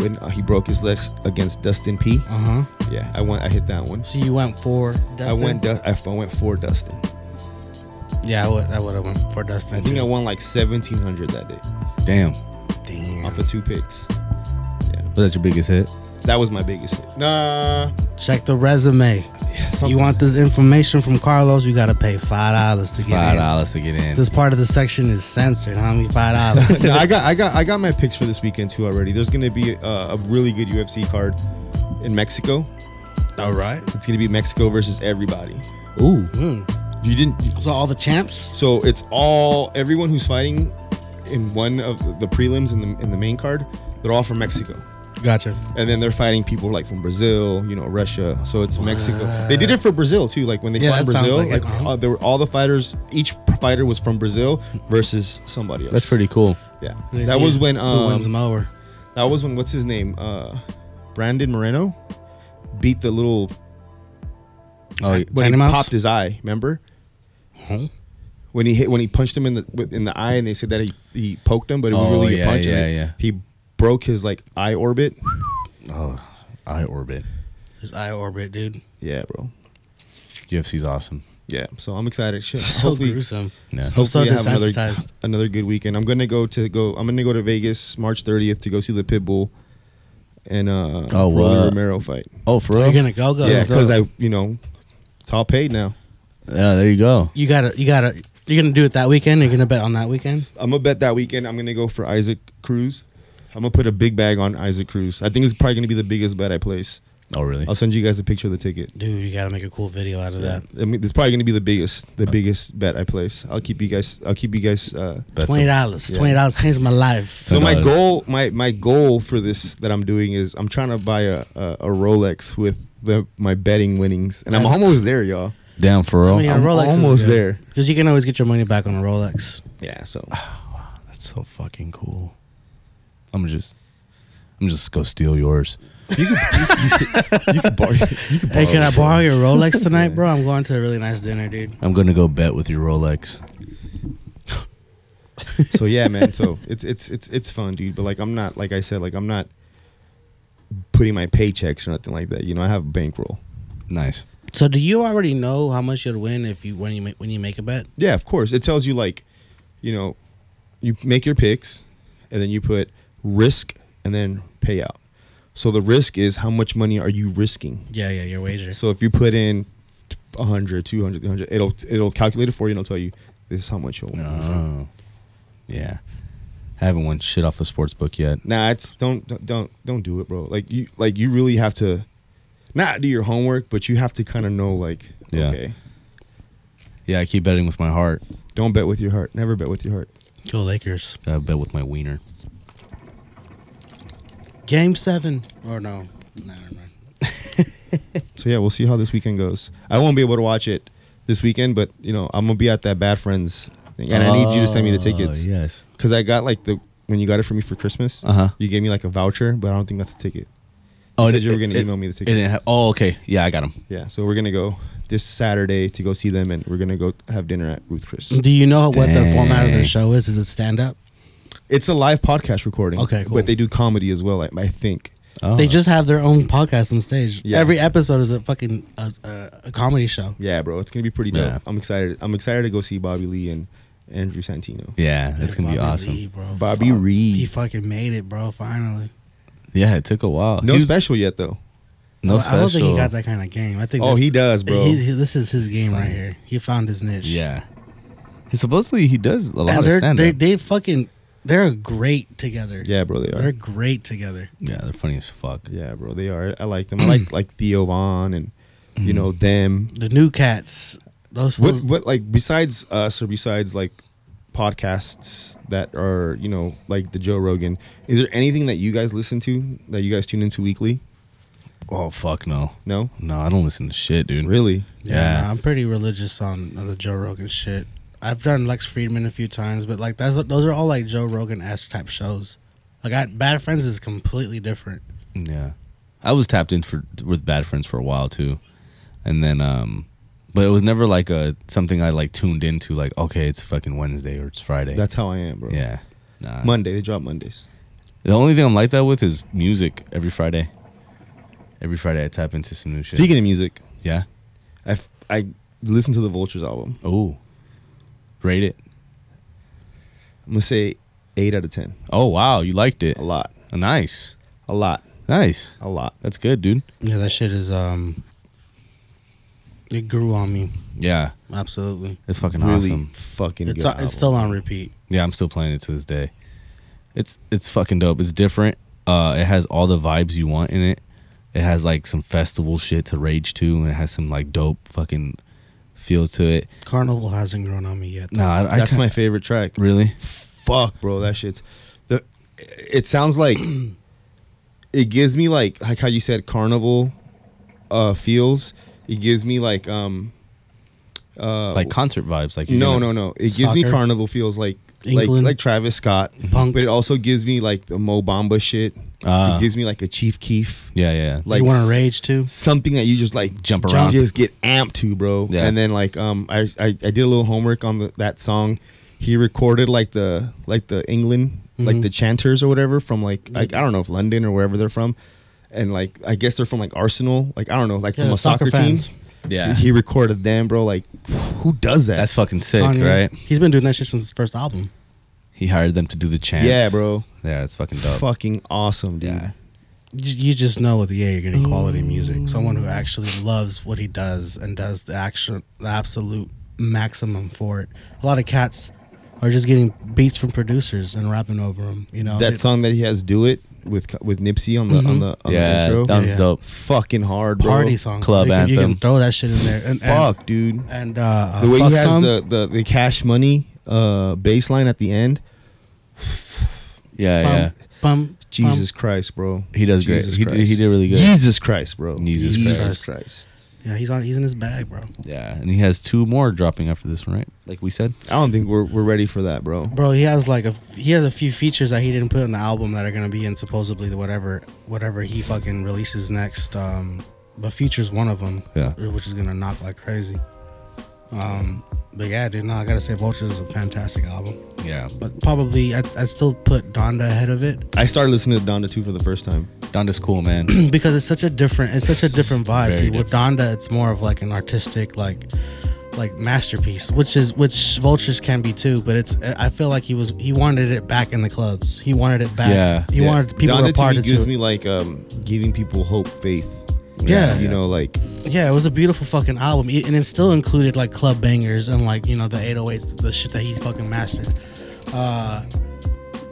Speaker 4: when uh, he broke his legs against Dustin P.
Speaker 5: Uh huh.
Speaker 4: Yeah, I went. I hit that one.
Speaker 5: So you went for Dustin?
Speaker 4: I went. Du- I f- I went for Dustin.
Speaker 5: yeah, I would. I would have went for Dustin.
Speaker 4: I think I
Speaker 5: too.
Speaker 4: won like seventeen hundred that day
Speaker 6: Damn.
Speaker 5: Damn.
Speaker 4: off of two picks. Yeah,
Speaker 6: Was that your biggest hit?
Speaker 4: That was my biggest. Hit. Nah,
Speaker 5: Check the resume.
Speaker 4: something-
Speaker 5: You want this information from Carlos? You gotta pay five dollars to get
Speaker 6: Five
Speaker 5: in.
Speaker 6: dollars to get in.
Speaker 5: This part of the section is censored, homie. Five dollars.
Speaker 4: No, I got, I got, I got my picks for this weekend too already. There's gonna be uh, a really good UFC card in Mexico.
Speaker 5: All right.
Speaker 4: It's gonna be Mexico versus everybody. Hmm.
Speaker 6: Ooh,
Speaker 4: You didn't.
Speaker 5: So all the champs.
Speaker 4: So it's all everyone who's fighting in one of the prelims in the in the main card. They're all from Mexico.
Speaker 5: Gotcha.
Speaker 4: and then they're fighting people like from Brazil, you know, Russia. So it's Mexico. They did it for Brazil too. Like when they
Speaker 5: Yeah,
Speaker 4: fought
Speaker 5: that sounds
Speaker 4: Brazil,
Speaker 5: like
Speaker 4: like,
Speaker 5: it, man.
Speaker 4: uh, there were all the fighters. Each fighter was from Brazil versus somebody else.
Speaker 6: that's pretty cool. Oh,
Speaker 4: yeah.
Speaker 5: They
Speaker 4: That
Speaker 5: see
Speaker 4: was when
Speaker 5: who wins
Speaker 4: um,
Speaker 5: them over.
Speaker 4: that was when what's his name, uh, Brandon Moreno, beat the little
Speaker 6: Oh, yeah.
Speaker 4: when
Speaker 5: Tiny
Speaker 4: he
Speaker 5: Mouse?
Speaker 4: popped his eye. Remember when he hit when he punched him in the with- in the eye, and they said that he he poked him, but it was
Speaker 6: Oh,
Speaker 4: really
Speaker 6: yeah,
Speaker 4: a punch.
Speaker 6: yeah,
Speaker 4: and it-
Speaker 6: yeah.
Speaker 4: He broke his like eye orbit.
Speaker 6: oh, I orbit.
Speaker 5: His eye orbit, dude.
Speaker 4: Yeah, bro.
Speaker 6: UFC's awesome.
Speaker 4: Yeah, so I'm excited. Shit,
Speaker 5: So
Speaker 4: hopefully-
Speaker 5: gruesome. I'm
Speaker 6: Yeah.
Speaker 5: so
Speaker 4: Hopefully I have another,
Speaker 5: desensitized.
Speaker 4: another good weekend. I'm gonna go to go. I'm gonna go to Vegas March 30th to go see the Pitbull and uh
Speaker 6: Oh,
Speaker 4: Rolly
Speaker 6: what?
Speaker 4: Romero fight.
Speaker 6: Oh, for real?
Speaker 5: You're gonna go go.
Speaker 4: Yeah, because I you know it's all paid now.
Speaker 6: yeah, there you go.
Speaker 5: you gotta you gotta you're gonna do it that weekend. You're gonna bet on that weekend.
Speaker 4: I'm gonna bet that weekend. I'm gonna go for Isaac Cruz. I'm gonna put a big bag on Isaac Cruz. I think it's probably gonna be the biggest bet I place.
Speaker 6: Oh, really?
Speaker 4: I'll send you guys a picture of the ticket.
Speaker 5: Dude, you gotta make a cool video out of that.
Speaker 4: I mean, it's probably gonna be the biggest, the biggest bet I place. I'll keep you guys. I'll keep you guys. Uh,
Speaker 6: Best
Speaker 5: Twenty
Speaker 6: of-
Speaker 5: dollars.
Speaker 4: Yeah.
Speaker 5: Twenty dollars changed my life.
Speaker 4: So my
Speaker 6: $10.
Speaker 4: goal, my my goal for this that I'm doing is I'm trying to buy a a, a Rolex with the my betting winnings, and I'm
Speaker 5: That's-
Speaker 4: almost there, y'all.
Speaker 6: Damn, for real.
Speaker 5: I mean, a
Speaker 4: I'm
Speaker 5: Rolex is
Speaker 4: almost
Speaker 5: good.
Speaker 4: there.
Speaker 5: Because you can always get your money back on a Rolex.
Speaker 4: Yeah, so
Speaker 6: That's so fucking cool. I'm just, I'm just go steal yours.
Speaker 4: you can borrow. You can
Speaker 5: Hey,
Speaker 4: borrow.
Speaker 5: can I borrow your Rolex tonight, bro? I'm going to a really nice dinner, dude.
Speaker 6: I'm gonna go bet with your Rolex.
Speaker 4: so yeah, man. So it's it's it's it's fun, dude. But like I'm not like I said, like I'm not putting my paychecks or nothing like that. You know, I have a bankroll.
Speaker 6: Nice.
Speaker 5: So, do you already know how much you'd win if you when you make, when you make a bet?
Speaker 4: Yeah, of course. It tells you like, you know, you make your picks, and then you put risk and then payout. So the risk is how much money are you risking?
Speaker 5: Yeah, yeah, your wager.
Speaker 4: So if you put in 100, 200, 300, it'll it'll calculate it for you and it'll tell you this is how much you'll win.
Speaker 6: Oh, yeah. I haven't won shit off a sports book yet.
Speaker 4: Nah, it's don't don't- don't don't do it, bro. Like you like you really have to not do your homework, but you have to kind of know like
Speaker 6: Yeah.
Speaker 4: okay,
Speaker 6: Yeah, I keep betting with my heart.
Speaker 4: don't bet with your heart. Never bet with your heart.
Speaker 5: Go Lakers.
Speaker 6: I bet with my wiener.
Speaker 5: Game seven or no? Nah, never mind.
Speaker 4: So yeah, we'll see how this weekend goes. I won't be able to watch it this weekend, but you know I'm gonna be at that bad friends thing, and I need you to send me the
Speaker 6: Oh,
Speaker 4: tickets
Speaker 6: Yes.
Speaker 4: because I got like the when you got it for me for Christmas,
Speaker 6: Uh-huh.
Speaker 4: you gave me like a voucher, but I don't think that's a ticket.
Speaker 6: Oh,
Speaker 4: said
Speaker 6: it-
Speaker 4: you were gonna
Speaker 6: it-
Speaker 4: email me the
Speaker 6: it
Speaker 4: tickets.
Speaker 6: didn't ha- oh, okay. Yeah, I got them.
Speaker 4: Yeah, so we're gonna go this Saturday to go see them, and we're gonna go have dinner at Ruth Chris.
Speaker 5: Do you know what the format of
Speaker 6: Dang.
Speaker 5: the show is? Is it stand up?
Speaker 4: It's a live podcast recording.
Speaker 5: Okay, cool.
Speaker 4: but they do comedy as well. I, I think.
Speaker 6: Oh,
Speaker 5: They just have their own podcast on stage.
Speaker 4: Yeah.
Speaker 5: Every episode is a fucking uh, uh, a comedy show.
Speaker 4: Yeah, bro, it's gonna be pretty dope.
Speaker 6: Yeah.
Speaker 4: I'm excited. I'm excited to go see Bobby Lee and Andrew Santino.
Speaker 6: Yeah, that's gonna be
Speaker 5: Bobby
Speaker 6: awesome.
Speaker 5: Lee, bro.
Speaker 4: Bobby
Speaker 5: Oh, Fuck.
Speaker 4: Reed.
Speaker 5: He fucking made it, bro. Finally.
Speaker 6: Yeah, it took a while.
Speaker 4: No
Speaker 6: He was-
Speaker 4: special yet though.
Speaker 6: no
Speaker 5: I
Speaker 6: special.
Speaker 5: don't think he got that kind of game. I think.
Speaker 4: Oh,
Speaker 5: this-
Speaker 4: he does, bro.
Speaker 5: he- he- this is his game
Speaker 6: fine.
Speaker 5: right here. He found his niche.
Speaker 6: Yeah. He supposedly he does a lot
Speaker 5: And
Speaker 6: of
Speaker 5: they're,
Speaker 6: stand
Speaker 5: they
Speaker 6: up.
Speaker 5: they fucking they're great together.
Speaker 4: Yeah, bro, they
Speaker 5: they're
Speaker 4: are.
Speaker 5: great together.
Speaker 6: yeah, they're funny as fuck.
Speaker 4: Yeah, bro, they are. I like them. I like like Theo Vaughn and
Speaker 5: Mm.
Speaker 4: you know them.
Speaker 5: The new cats. Those
Speaker 4: What
Speaker 5: fools-
Speaker 4: what like besides us or besides like podcasts that are you know like the Joe Rogan? Is there anything that you guys listen to that you guys tune into weekly?
Speaker 6: Oh fuck no.
Speaker 4: No,
Speaker 6: No, I don't listen to shit, dude.
Speaker 4: really.
Speaker 6: Yeah.
Speaker 5: nah, I'm pretty religious on the Joe Rogan shit. I've done Lex Friedman a few times, but like that's those are all like Joe Rogan esque type shows. Like I, Bad Friends is completely different.
Speaker 6: Yeah. I was tapped in for with bad friends for a while too. And then um but it was never like a something I like tuned into like okay, it's fucking Wednesday or it's Friday.
Speaker 4: That's how I am, bro.
Speaker 6: yeah. Nah.
Speaker 4: Monday they drop Mondays.
Speaker 6: the only thing I'm like that with is music every Friday. Every Friday I tap into some new shit.
Speaker 4: Speaking of music,
Speaker 6: yeah.
Speaker 4: I f- I listened to the Vultures album.
Speaker 6: Oh. Rate it.
Speaker 4: I'm gonna say eight out of ten.
Speaker 6: Oh wow, you liked it.
Speaker 4: A lot,
Speaker 6: Nice.
Speaker 4: a lot.
Speaker 6: Nice.
Speaker 4: a lot.
Speaker 6: That's good, dude.
Speaker 5: Yeah, that shit is um. It grew on me
Speaker 6: Yeah.
Speaker 5: absolutely.
Speaker 6: It's fucking
Speaker 4: Really
Speaker 6: awesome.
Speaker 4: fucking
Speaker 5: It's
Speaker 4: good.
Speaker 5: it's still on repeat.
Speaker 6: Yeah, I'm still playing it to this day. It's it's fucking dope. It's different. Uh, it has all the vibes you want in it. It has like some festival shit to rage to, and it has some like dope fucking feel to it.
Speaker 5: Carnival hasn't grown on me yet.
Speaker 6: Nah, I, I
Speaker 4: That's
Speaker 6: kinda-
Speaker 4: my favorite track.
Speaker 6: really.
Speaker 4: Fuck, bro, that shit's the. It sounds like it gives me like like how you said carnival uh feels. It gives me like um
Speaker 6: like concert vibes. Like you're
Speaker 4: Uh, no
Speaker 6: gonna-
Speaker 4: no no. It gives me
Speaker 5: Soccer?
Speaker 4: carnival feels like like
Speaker 5: England?
Speaker 4: like Travis Scott,
Speaker 5: Punk.
Speaker 4: but it also gives me like the Mo Bamba shit.
Speaker 6: Ah.
Speaker 4: it gives me like a Chief Keef,
Speaker 6: Yeah, yeah. yeah.
Speaker 4: like
Speaker 5: you want
Speaker 4: s-
Speaker 5: to rage too?
Speaker 4: something that you just like
Speaker 6: Jump around.
Speaker 4: just get amped to, bro.
Speaker 6: Yeah.
Speaker 4: And then like um, I, I I did a little homework on the, that song. He recorded like the like the England
Speaker 6: Mm-hmm.
Speaker 4: like the chanters or whatever from like like I don't know if London or wherever they're from, and like I guess they're from like Arsenal like I don't know like
Speaker 5: Yeah,
Speaker 4: from a soccer,
Speaker 5: soccer
Speaker 4: team.
Speaker 5: fans.
Speaker 6: yeah.
Speaker 4: He recorded them, bro. Like who does that?
Speaker 6: That's fucking sick,
Speaker 5: Kanye.
Speaker 6: right?
Speaker 5: He's been doing that shit since his first album.
Speaker 6: He hired them to do the chants.
Speaker 4: Yeah, bro.
Speaker 6: Yeah, it's fucking dope.
Speaker 4: fucking awesome, dude.
Speaker 6: Yeah.
Speaker 5: You you just know with EA you're getting quality music. Someone who actually loves what he does and does the action, the absolute maximum for it. A lot of cats are just getting beats from producers and rapping over them. You know
Speaker 4: That
Speaker 5: It-
Speaker 4: song that he has "Do It" with with Nipsey on the on the on the
Speaker 6: Mm-hmm. Yeah,
Speaker 4: intro.
Speaker 6: that was
Speaker 5: Yeah.
Speaker 6: dope.
Speaker 4: fucking hard, bro.
Speaker 5: party song
Speaker 6: Club
Speaker 5: you Can, you
Speaker 6: anthem.
Speaker 5: can throw that shit in there. And, and-
Speaker 4: Fuck, dude.
Speaker 5: And, uh,
Speaker 4: the way
Speaker 5: fuck
Speaker 4: he has
Speaker 5: some.
Speaker 4: the, the the cash money uh bass line at the end
Speaker 6: Yeah,
Speaker 5: Bum,
Speaker 6: yeah.
Speaker 5: bum,
Speaker 4: jesus
Speaker 5: Um,
Speaker 4: christ bro
Speaker 6: He does great.
Speaker 4: Um, Jesus
Speaker 6: He did- he
Speaker 4: Christ.
Speaker 6: did really good.
Speaker 4: jesus christ bro
Speaker 6: Jesus
Speaker 5: Christ.
Speaker 4: christ
Speaker 5: bum. Yeah, he's on. He's in his bag, bro.
Speaker 6: Yeah, and he has two more dropping after this one, right? Like we said.
Speaker 4: i don't think we're, we're ready for that bro
Speaker 5: Bro, he has like a he has a few features that he didn't put in the album that are gonna be in supposedly the whatever whatever he fucking releases next. Um, but features one of them,
Speaker 6: Yeah.
Speaker 5: which is gonna knock like crazy. Um, but yeah, dude, no, I gotta say, Vulture is a fantastic album.
Speaker 6: Yeah.
Speaker 5: But probably I I still put Donda ahead of it
Speaker 4: i started listening to donda 2 for the first time
Speaker 6: Donda's cool, man.
Speaker 5: because it's such a different it's such a different vibe.
Speaker 6: Very
Speaker 5: See, with Donda, it's more of like an artistic like like masterpiece, which is which Vultures can be too. But it's I feel like he was he wanted it back in the clubs. He wanted it back.
Speaker 6: Yeah.
Speaker 5: he
Speaker 4: Yeah.
Speaker 5: wanted people
Speaker 4: donda
Speaker 5: to
Speaker 4: to me
Speaker 5: party to.
Speaker 4: gives
Speaker 5: it.
Speaker 4: me like um giving people hope faith
Speaker 5: Yeah.
Speaker 4: you know like
Speaker 5: yeah, it was a beautiful fucking album, It- and it still included like club bangers and like you know the 808s, the shit that he fucking mastered. Uh,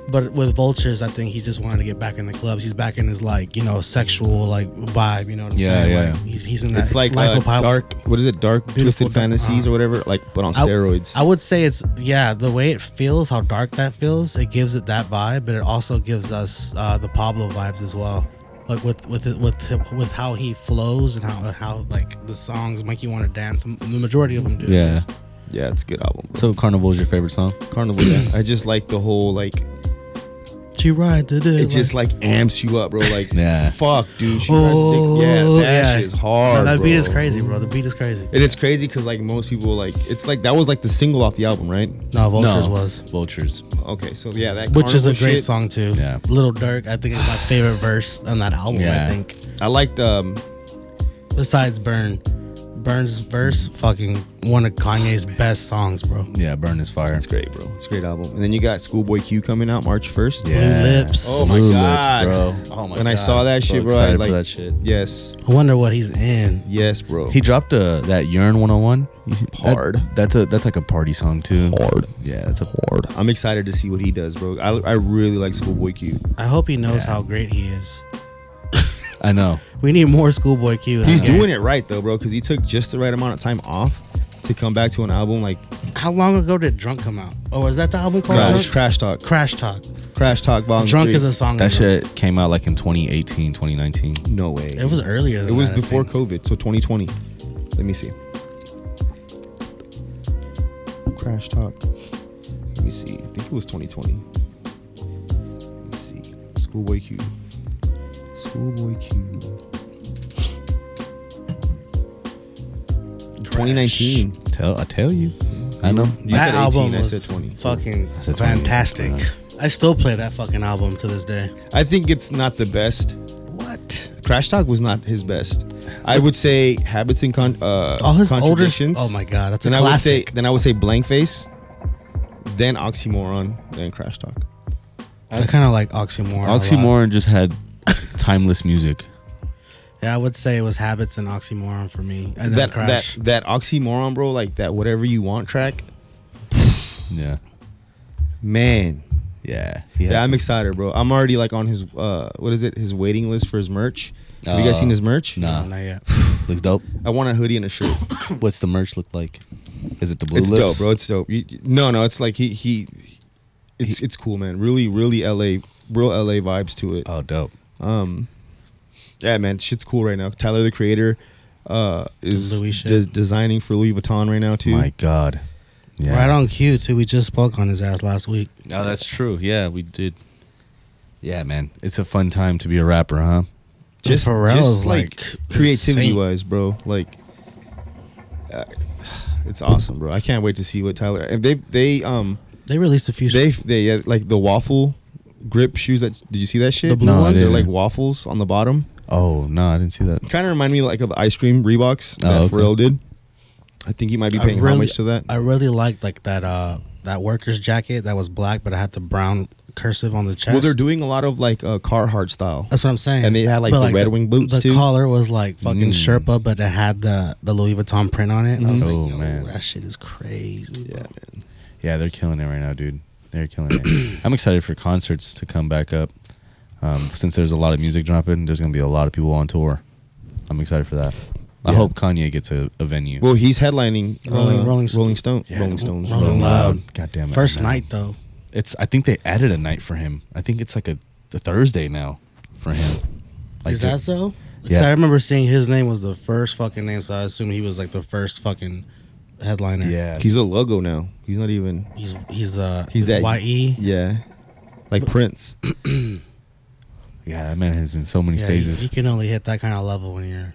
Speaker 5: but with Vultures, I think he just wanted to get back in the clubs. He's back in his like you know sexual like vibe. You know what I'm
Speaker 6: Yeah,
Speaker 5: saying?
Speaker 6: yeah.
Speaker 5: Like, he's he's in that
Speaker 4: it's like uh,
Speaker 5: Life's a Pop-
Speaker 4: dark what is it dark
Speaker 5: Beautiful
Speaker 4: twisted
Speaker 5: Dark-
Speaker 4: fantasies
Speaker 5: uh,
Speaker 4: or whatever like but on
Speaker 5: I-
Speaker 4: steroids
Speaker 5: I would say it's yeah, the way it feels, how dark that feels, it gives it that vibe, but it also gives us uh, the Pablo vibes as well. Like with with it- with him- with how he flows and how how like the songs make you want to dance. The majority of them do.
Speaker 6: Yeah.
Speaker 4: yeah it's a good album bro.
Speaker 6: So Carnival's your favorite song?
Speaker 4: carnival yeah i just like the whole like
Speaker 5: She ride the day
Speaker 4: it just like amps you up bro like
Speaker 6: Yeah.
Speaker 4: fuck dude she tries to
Speaker 5: oh
Speaker 4: dig- yeah that shit is
Speaker 5: No,
Speaker 4: hard
Speaker 5: that beat is
Speaker 4: bro.
Speaker 5: crazy, bro. The beat is crazy.
Speaker 4: And it's crazy because like most people like it's like that was like the single off the album, right?
Speaker 5: No, Vultures was.
Speaker 6: Vultures.
Speaker 4: Okay, so yeah, that
Speaker 5: Which is a
Speaker 4: Carnival
Speaker 5: great
Speaker 4: shit,
Speaker 5: song too.
Speaker 6: Yeah.
Speaker 5: Little Dirk, I think is my favorite verse on that album. I
Speaker 6: Yeah.
Speaker 5: think
Speaker 4: I liked um
Speaker 5: besides Burn, Burn's verse fucking one of Kanye's best songs, bro.
Speaker 6: Yeah, Burn is Fire.
Speaker 4: it's great, bro. It's a great album. And then you got Schoolboy Q coming out March first.
Speaker 6: Yeah.
Speaker 5: Blue lips.
Speaker 4: Oh my
Speaker 6: Blue
Speaker 4: god,
Speaker 6: Lips, bro. Oh my
Speaker 4: When I
Speaker 6: God,
Speaker 4: saw that
Speaker 6: so
Speaker 4: shit, bro, I
Speaker 6: excited for
Speaker 4: like
Speaker 6: that shit.
Speaker 4: Yes,
Speaker 5: I wonder what he's in.
Speaker 4: yes, bro.
Speaker 6: He dropped uh, that Yearn 101. You see- that-
Speaker 4: Hard.
Speaker 6: that's a that's like a party song too.
Speaker 4: Hard.
Speaker 6: Yeah, that's a hard.
Speaker 4: I'm excited to see what he does, bro. I, I really like Schoolboy Q.
Speaker 5: I hope he knows how great he is.
Speaker 6: I know.
Speaker 5: We need more Schoolboy Q.
Speaker 4: He's doing it right though, bro, because he took just the right amount of time off to come back to an album like
Speaker 5: How long ago did Drunk come out? Oh, is that the album called
Speaker 4: Crash,
Speaker 5: Drunk?
Speaker 4: Crash Talk,
Speaker 5: Crash Talk?
Speaker 4: Crash Talk Volume.
Speaker 5: Drunk
Speaker 4: 3.
Speaker 5: is a song.
Speaker 6: That
Speaker 5: ago.
Speaker 6: shit came out like in 2018, 2019.
Speaker 4: no way.
Speaker 5: It was earlier. Than
Speaker 4: It was
Speaker 5: that, I
Speaker 4: before
Speaker 5: think.
Speaker 4: COVID, so 2020. Let me see. Crash talk. Let me see. I think it was 2020. Let's see. Schoolboy Q. Schoolboy Q. 2019.
Speaker 6: Tell I tell you. I know.
Speaker 4: You
Speaker 5: that
Speaker 4: said 18,
Speaker 5: album
Speaker 4: I
Speaker 5: was
Speaker 4: said 20.
Speaker 5: fucking
Speaker 6: I said 20.
Speaker 5: fantastic.
Speaker 6: Uh,
Speaker 5: I still play that fucking album to this day.
Speaker 4: I think it's not the best.
Speaker 5: What?
Speaker 4: Crash talk was not his best. I would say habits and con- uh,
Speaker 5: All his older.
Speaker 4: contradictions.
Speaker 5: Oh my god, that's a
Speaker 4: Then I would say
Speaker 5: classic.
Speaker 4: then I would say blank face, then oxymoron, then crash talk.
Speaker 5: I, kind of like Oxymoron. a lot.
Speaker 6: Oxymoron just had timeless music.
Speaker 5: Yeah, I would say it was habits and oxymoron for me, and then
Speaker 4: that
Speaker 5: crash.
Speaker 4: that that oxymoron, bro. Like that whatever you want track,
Speaker 6: Yeah,
Speaker 4: man.
Speaker 6: yeah,
Speaker 4: Yeah, I'm excited, bro. I'm already like on his uh, what is it? His waiting list for his merch. Have you
Speaker 6: Uh,
Speaker 4: guys seen his merch?
Speaker 6: nah.
Speaker 5: no, not yet.
Speaker 6: looks dope.
Speaker 4: I want a hoodie and a shirt.
Speaker 6: What's the merch look like? Is it the blue
Speaker 4: it's
Speaker 6: lips?
Speaker 4: dope, bro. It's dope. You, no, no, it's like he he, it's it's cool, man. Really, really LA, real LA vibes to it.
Speaker 6: Oh, dope.
Speaker 4: Um, yeah, man, shit's cool right now. Tyler the Creator uh is
Speaker 5: Louis shit.
Speaker 4: des- designing for Louis Vuitton right now too.
Speaker 6: My God. Yeah.
Speaker 5: Right on cue too. We just spoke on his ass last week.
Speaker 6: Oh, that's true. Yeah, we did. Yeah, man, it's a fun time to be a rapper, huh?
Speaker 4: just,
Speaker 5: Pharrell
Speaker 4: just
Speaker 5: is,
Speaker 4: like,
Speaker 5: like,
Speaker 4: creativity
Speaker 5: insane.
Speaker 4: wise, bro. Like, uh, it's awesome, bro. I can't wait to see what Tyler. And they they um
Speaker 5: They released a few.
Speaker 4: they they yeah, like the waffle grip shoes. That did you see that shit?
Speaker 5: The blue No, I ones?
Speaker 4: They're
Speaker 6: didn't.
Speaker 4: like waffles on the bottom.
Speaker 6: Oh no, I didn't see that.
Speaker 4: Kind of remind me like of the ice cream Reeboks that
Speaker 6: okay.
Speaker 4: Pharrell did. I think he might be
Speaker 5: I
Speaker 4: paying
Speaker 5: really-
Speaker 4: homage to that.
Speaker 5: I really liked like that uh that worker's jacket that was black, but I had the brown cursive on the chest.
Speaker 4: well, they're doing a lot of like uh, Carhartt style.
Speaker 5: That's what I'm saying.
Speaker 4: And they had, like,
Speaker 5: But,
Speaker 4: the Red Wing boots,
Speaker 5: The
Speaker 4: too.
Speaker 5: collar was like fucking
Speaker 6: Mm.
Speaker 5: Sherpa, but it had the the Louis Vuitton print on it. And I
Speaker 4: Mm-hmm.
Speaker 5: was
Speaker 6: Oh,
Speaker 5: like, Yo,
Speaker 6: man.
Speaker 5: that shit is crazy. Yeah, man.
Speaker 6: Yeah, they're killing it right now, dude. They're killing it. I'm excited for concerts to come back up. Um, since there's a lot of music dropping, there's gonna be a lot of people on tour. I'm excited for that. I
Speaker 4: Yeah.
Speaker 6: hope Kanye gets a, a venue.
Speaker 4: Well, he's headlining uh,
Speaker 5: Rolling-
Speaker 4: Rolling
Speaker 5: Rolling
Speaker 4: Rolling,
Speaker 5: Stone.
Speaker 4: Stone.
Speaker 6: Yeah,
Speaker 4: Rolling Stones.
Speaker 5: Rolling Loud.
Speaker 6: God damn it!
Speaker 5: First
Speaker 6: man.
Speaker 5: night though.
Speaker 6: It's. I think they added a night for him. I think it's like a, a Thursday now for him.
Speaker 5: is
Speaker 6: the-
Speaker 5: that so? Because
Speaker 6: Yeah.
Speaker 5: I remember seeing his name was the first fucking name, so I assume he was like the first fucking headliner.
Speaker 6: Yeah.
Speaker 4: He's a logo now. He's not even.
Speaker 5: He's he's uh
Speaker 4: He's that-
Speaker 5: YE.
Speaker 4: Yeah, like Prince.
Speaker 6: yeah, that man is in so many
Speaker 5: Yeah,
Speaker 6: phases.
Speaker 5: You, you can only hit that kind of level when you're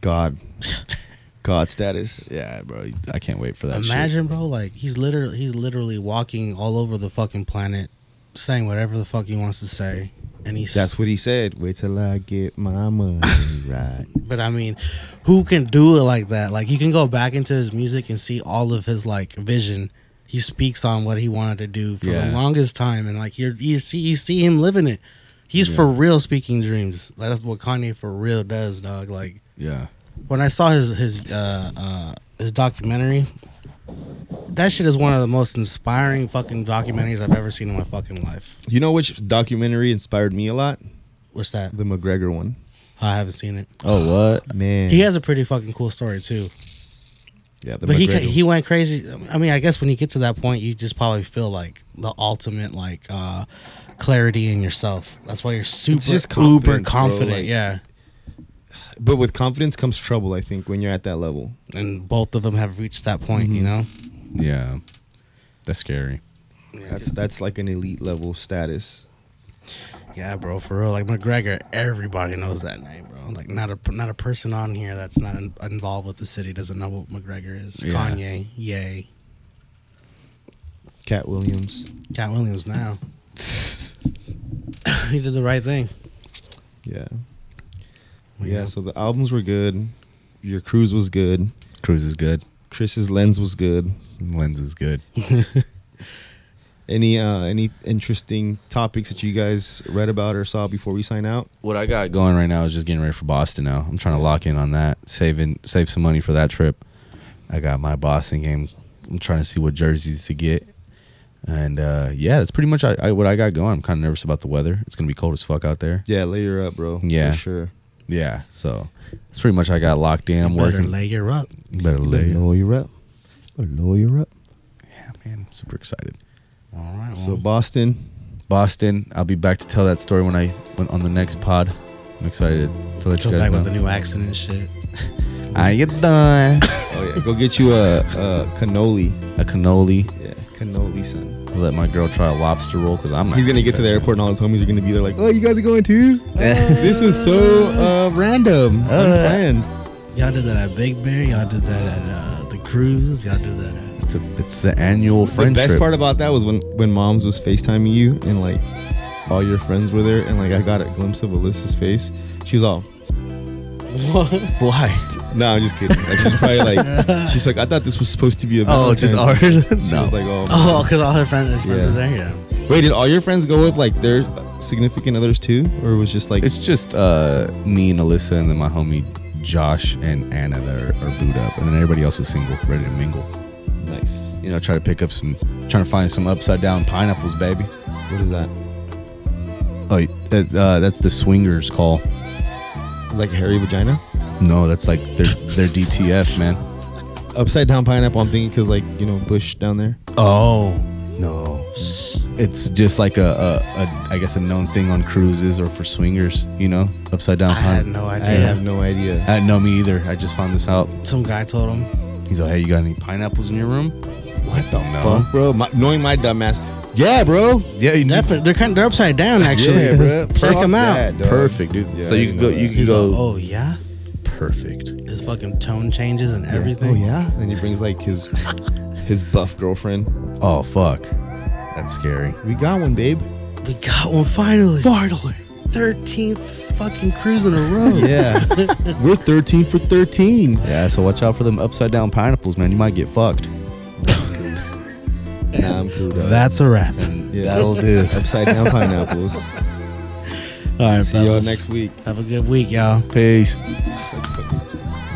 Speaker 4: God. God status.
Speaker 6: Yeah, bro. I can't wait for that.
Speaker 5: Imagine, bro, like he's literally he's literally walking all over the fucking planet, saying whatever the fuck he wants to say, and he's.
Speaker 4: That's what he said. Wait till I get my money right.
Speaker 5: but I mean, who can do it like that? Like you can go back into his music and see all of his like vision. He speaks on what he wanted to do for
Speaker 6: Yeah.
Speaker 5: the longest time, and like you're, you see you see him living it. He's for real speaking dreams. Like, that's what Kanye for real does, dog. Like
Speaker 6: Yeah.
Speaker 5: when I saw his his uh, uh, his documentary, that shit is one of the most inspiring fucking documentaries I've ever seen in my fucking life.
Speaker 4: You know which documentary inspired me a lot?
Speaker 5: What's that?
Speaker 4: The McGregor one.
Speaker 5: I haven't seen it.
Speaker 6: Oh what?
Speaker 4: Man.
Speaker 5: He has a pretty fucking cool story too,
Speaker 4: yeah, the
Speaker 5: but he
Speaker 4: McGregor.
Speaker 5: he went crazy. I mean, I guess when you get to that point, you just probably feel like the ultimate like uh, clarity in yourself. That's why you're super
Speaker 4: just
Speaker 5: uber
Speaker 4: confidence, bro,
Speaker 5: confident.
Speaker 4: like-
Speaker 5: yeah,
Speaker 4: but with confidence comes trouble, I think, when you're at that level.
Speaker 5: and both of them have reached that point.
Speaker 4: Mm-hmm.
Speaker 5: You know,
Speaker 6: Yeah. That's scary.
Speaker 4: That's that's like an elite level status.
Speaker 5: Yeah, bro, for real. Like McGregor, everybody knows that name, bro. Like not a not a person on here that's not in, involved with the city doesn't know what McGregor is.
Speaker 6: Yeah.
Speaker 5: Kanye, yay.
Speaker 4: Cat Williams.
Speaker 5: Cat Williams now. he did the right thing.
Speaker 4: Yeah. Yeah, so the albums were good. Your cruise was good.
Speaker 6: Cruise is good.
Speaker 4: Chris's lens was good.
Speaker 6: Lens is good.
Speaker 4: Any uh any interesting topics that you guys read about or saw before we sign out?
Speaker 6: What I got going right now is just getting ready for Boston now. I'm trying to lock in on that, saving save some money for that trip. I got my Boston game. I'm trying to see what jerseys to get. And uh, yeah, that's pretty much I, I, what I got going. I'm kind of nervous about the weather. It's gonna be cold as fuck out there.
Speaker 4: Yeah, layer up, bro.
Speaker 6: Yeah.
Speaker 4: For sure.
Speaker 6: Yeah, so that's pretty much I got locked in. I'm
Speaker 5: Better
Speaker 6: working.
Speaker 5: layer up.
Speaker 6: Better late.
Speaker 4: Lawyer up. Lawyer up.
Speaker 6: Yeah, man, I'm super excited.
Speaker 5: All right.
Speaker 4: So
Speaker 5: well,
Speaker 4: Boston,
Speaker 6: Boston. I'll be back to tell that story when I went on the next pod. I'm excited to let
Speaker 5: come
Speaker 6: you
Speaker 5: back
Speaker 6: guys know.
Speaker 5: with the new accent and shit.
Speaker 6: I get done
Speaker 4: oh yeah, go get you a, a cannoli.
Speaker 6: a cannoli.
Speaker 4: Yeah, cannoli, son.
Speaker 6: I'll let my girl try a lobster roll because I'm not.
Speaker 4: He's gonna get to the airport and all his homies are gonna be there like, oh, you guys are going too? Oh, this was so uh, random, unplanned.
Speaker 5: Y'all did that at Big Bear. Y'all did that at uh, the cruise. Y'all did that at.
Speaker 6: It's, a, it's the annual
Speaker 4: The
Speaker 6: friend
Speaker 4: best
Speaker 6: trip.
Speaker 4: part about that was when when moms was FaceTiming you and like all your friends were there and like I got a glimpse of Alyssa's face. She was all,
Speaker 6: Why?
Speaker 4: no, I'm just kidding. Like, she's probably like, she's like, I thought this was supposed to be a.
Speaker 6: Oh, just
Speaker 4: Valentine's."
Speaker 6: ours.
Speaker 4: She
Speaker 6: no.
Speaker 4: was like, oh,
Speaker 5: Oh, because all her friends, his friends
Speaker 4: Yeah.
Speaker 5: were there. Yeah.
Speaker 4: Wait, did all your friends go with like their significant others too, or it was just like
Speaker 6: It's just uh, me and Alyssa, and then my homie Josh and Anna that are, are booed up, and then everybody else was single, ready to mingle.
Speaker 4: nice?
Speaker 6: You know, try to pick up some, trying to find some upside down pineapples, baby.
Speaker 4: What is that?
Speaker 6: Oh, that, uh, that's the swingers call.
Speaker 4: Like hairy vagina?
Speaker 6: No, that's like their their DTF, man.
Speaker 4: Upside down pineapple. I'm thinking because like you know bush down there.
Speaker 6: Oh no, it's just like a, a, a I guess a known thing on cruises or for swingers. You know, upside down
Speaker 5: I had
Speaker 6: pine.
Speaker 5: no
Speaker 4: I
Speaker 5: idea.
Speaker 4: have no idea.
Speaker 6: I no, me either. I just found this out.
Speaker 5: Some guy told him.
Speaker 6: He's like, "Hey, you got any pineapples in your room?"
Speaker 4: What the fuck, bro? My, knowing my dumbass. Yeah, bro.
Speaker 6: Yeah, you
Speaker 5: That, they're kind of they're upside down actually.
Speaker 4: Yeah, bro.
Speaker 5: Check
Speaker 4: Fuck
Speaker 5: them out.
Speaker 4: that, dog.
Speaker 6: Perfect, dude.
Speaker 4: Yeah,
Speaker 6: so
Speaker 4: I
Speaker 6: you
Speaker 4: didn't
Speaker 6: can
Speaker 4: know
Speaker 6: go. You
Speaker 4: that.
Speaker 6: can
Speaker 5: He's
Speaker 6: go.
Speaker 5: like, oh yeah.
Speaker 6: perfect.
Speaker 5: His fucking tone changes and everything.
Speaker 4: Oh yeah. And he brings like his his buff girlfriend.
Speaker 6: Oh fuck, that's scary.
Speaker 4: We got one, babe.
Speaker 5: We got one finally. Finally. 13th fucking cruise in a row.
Speaker 4: Yeah. We're 13 for 13.
Speaker 6: Yeah, so watch out for them upside down pineapples, man. You might get fucked.
Speaker 4: Nah, I'm cool, dog.
Speaker 5: That's a wrap.
Speaker 4: Yeah.
Speaker 6: That'll do.
Speaker 4: Upside down pineapples.
Speaker 5: All right,
Speaker 4: See y'all
Speaker 5: fellas.
Speaker 4: next week.
Speaker 5: Have a good week, y'all.
Speaker 6: Peace.
Speaker 4: That's fucking.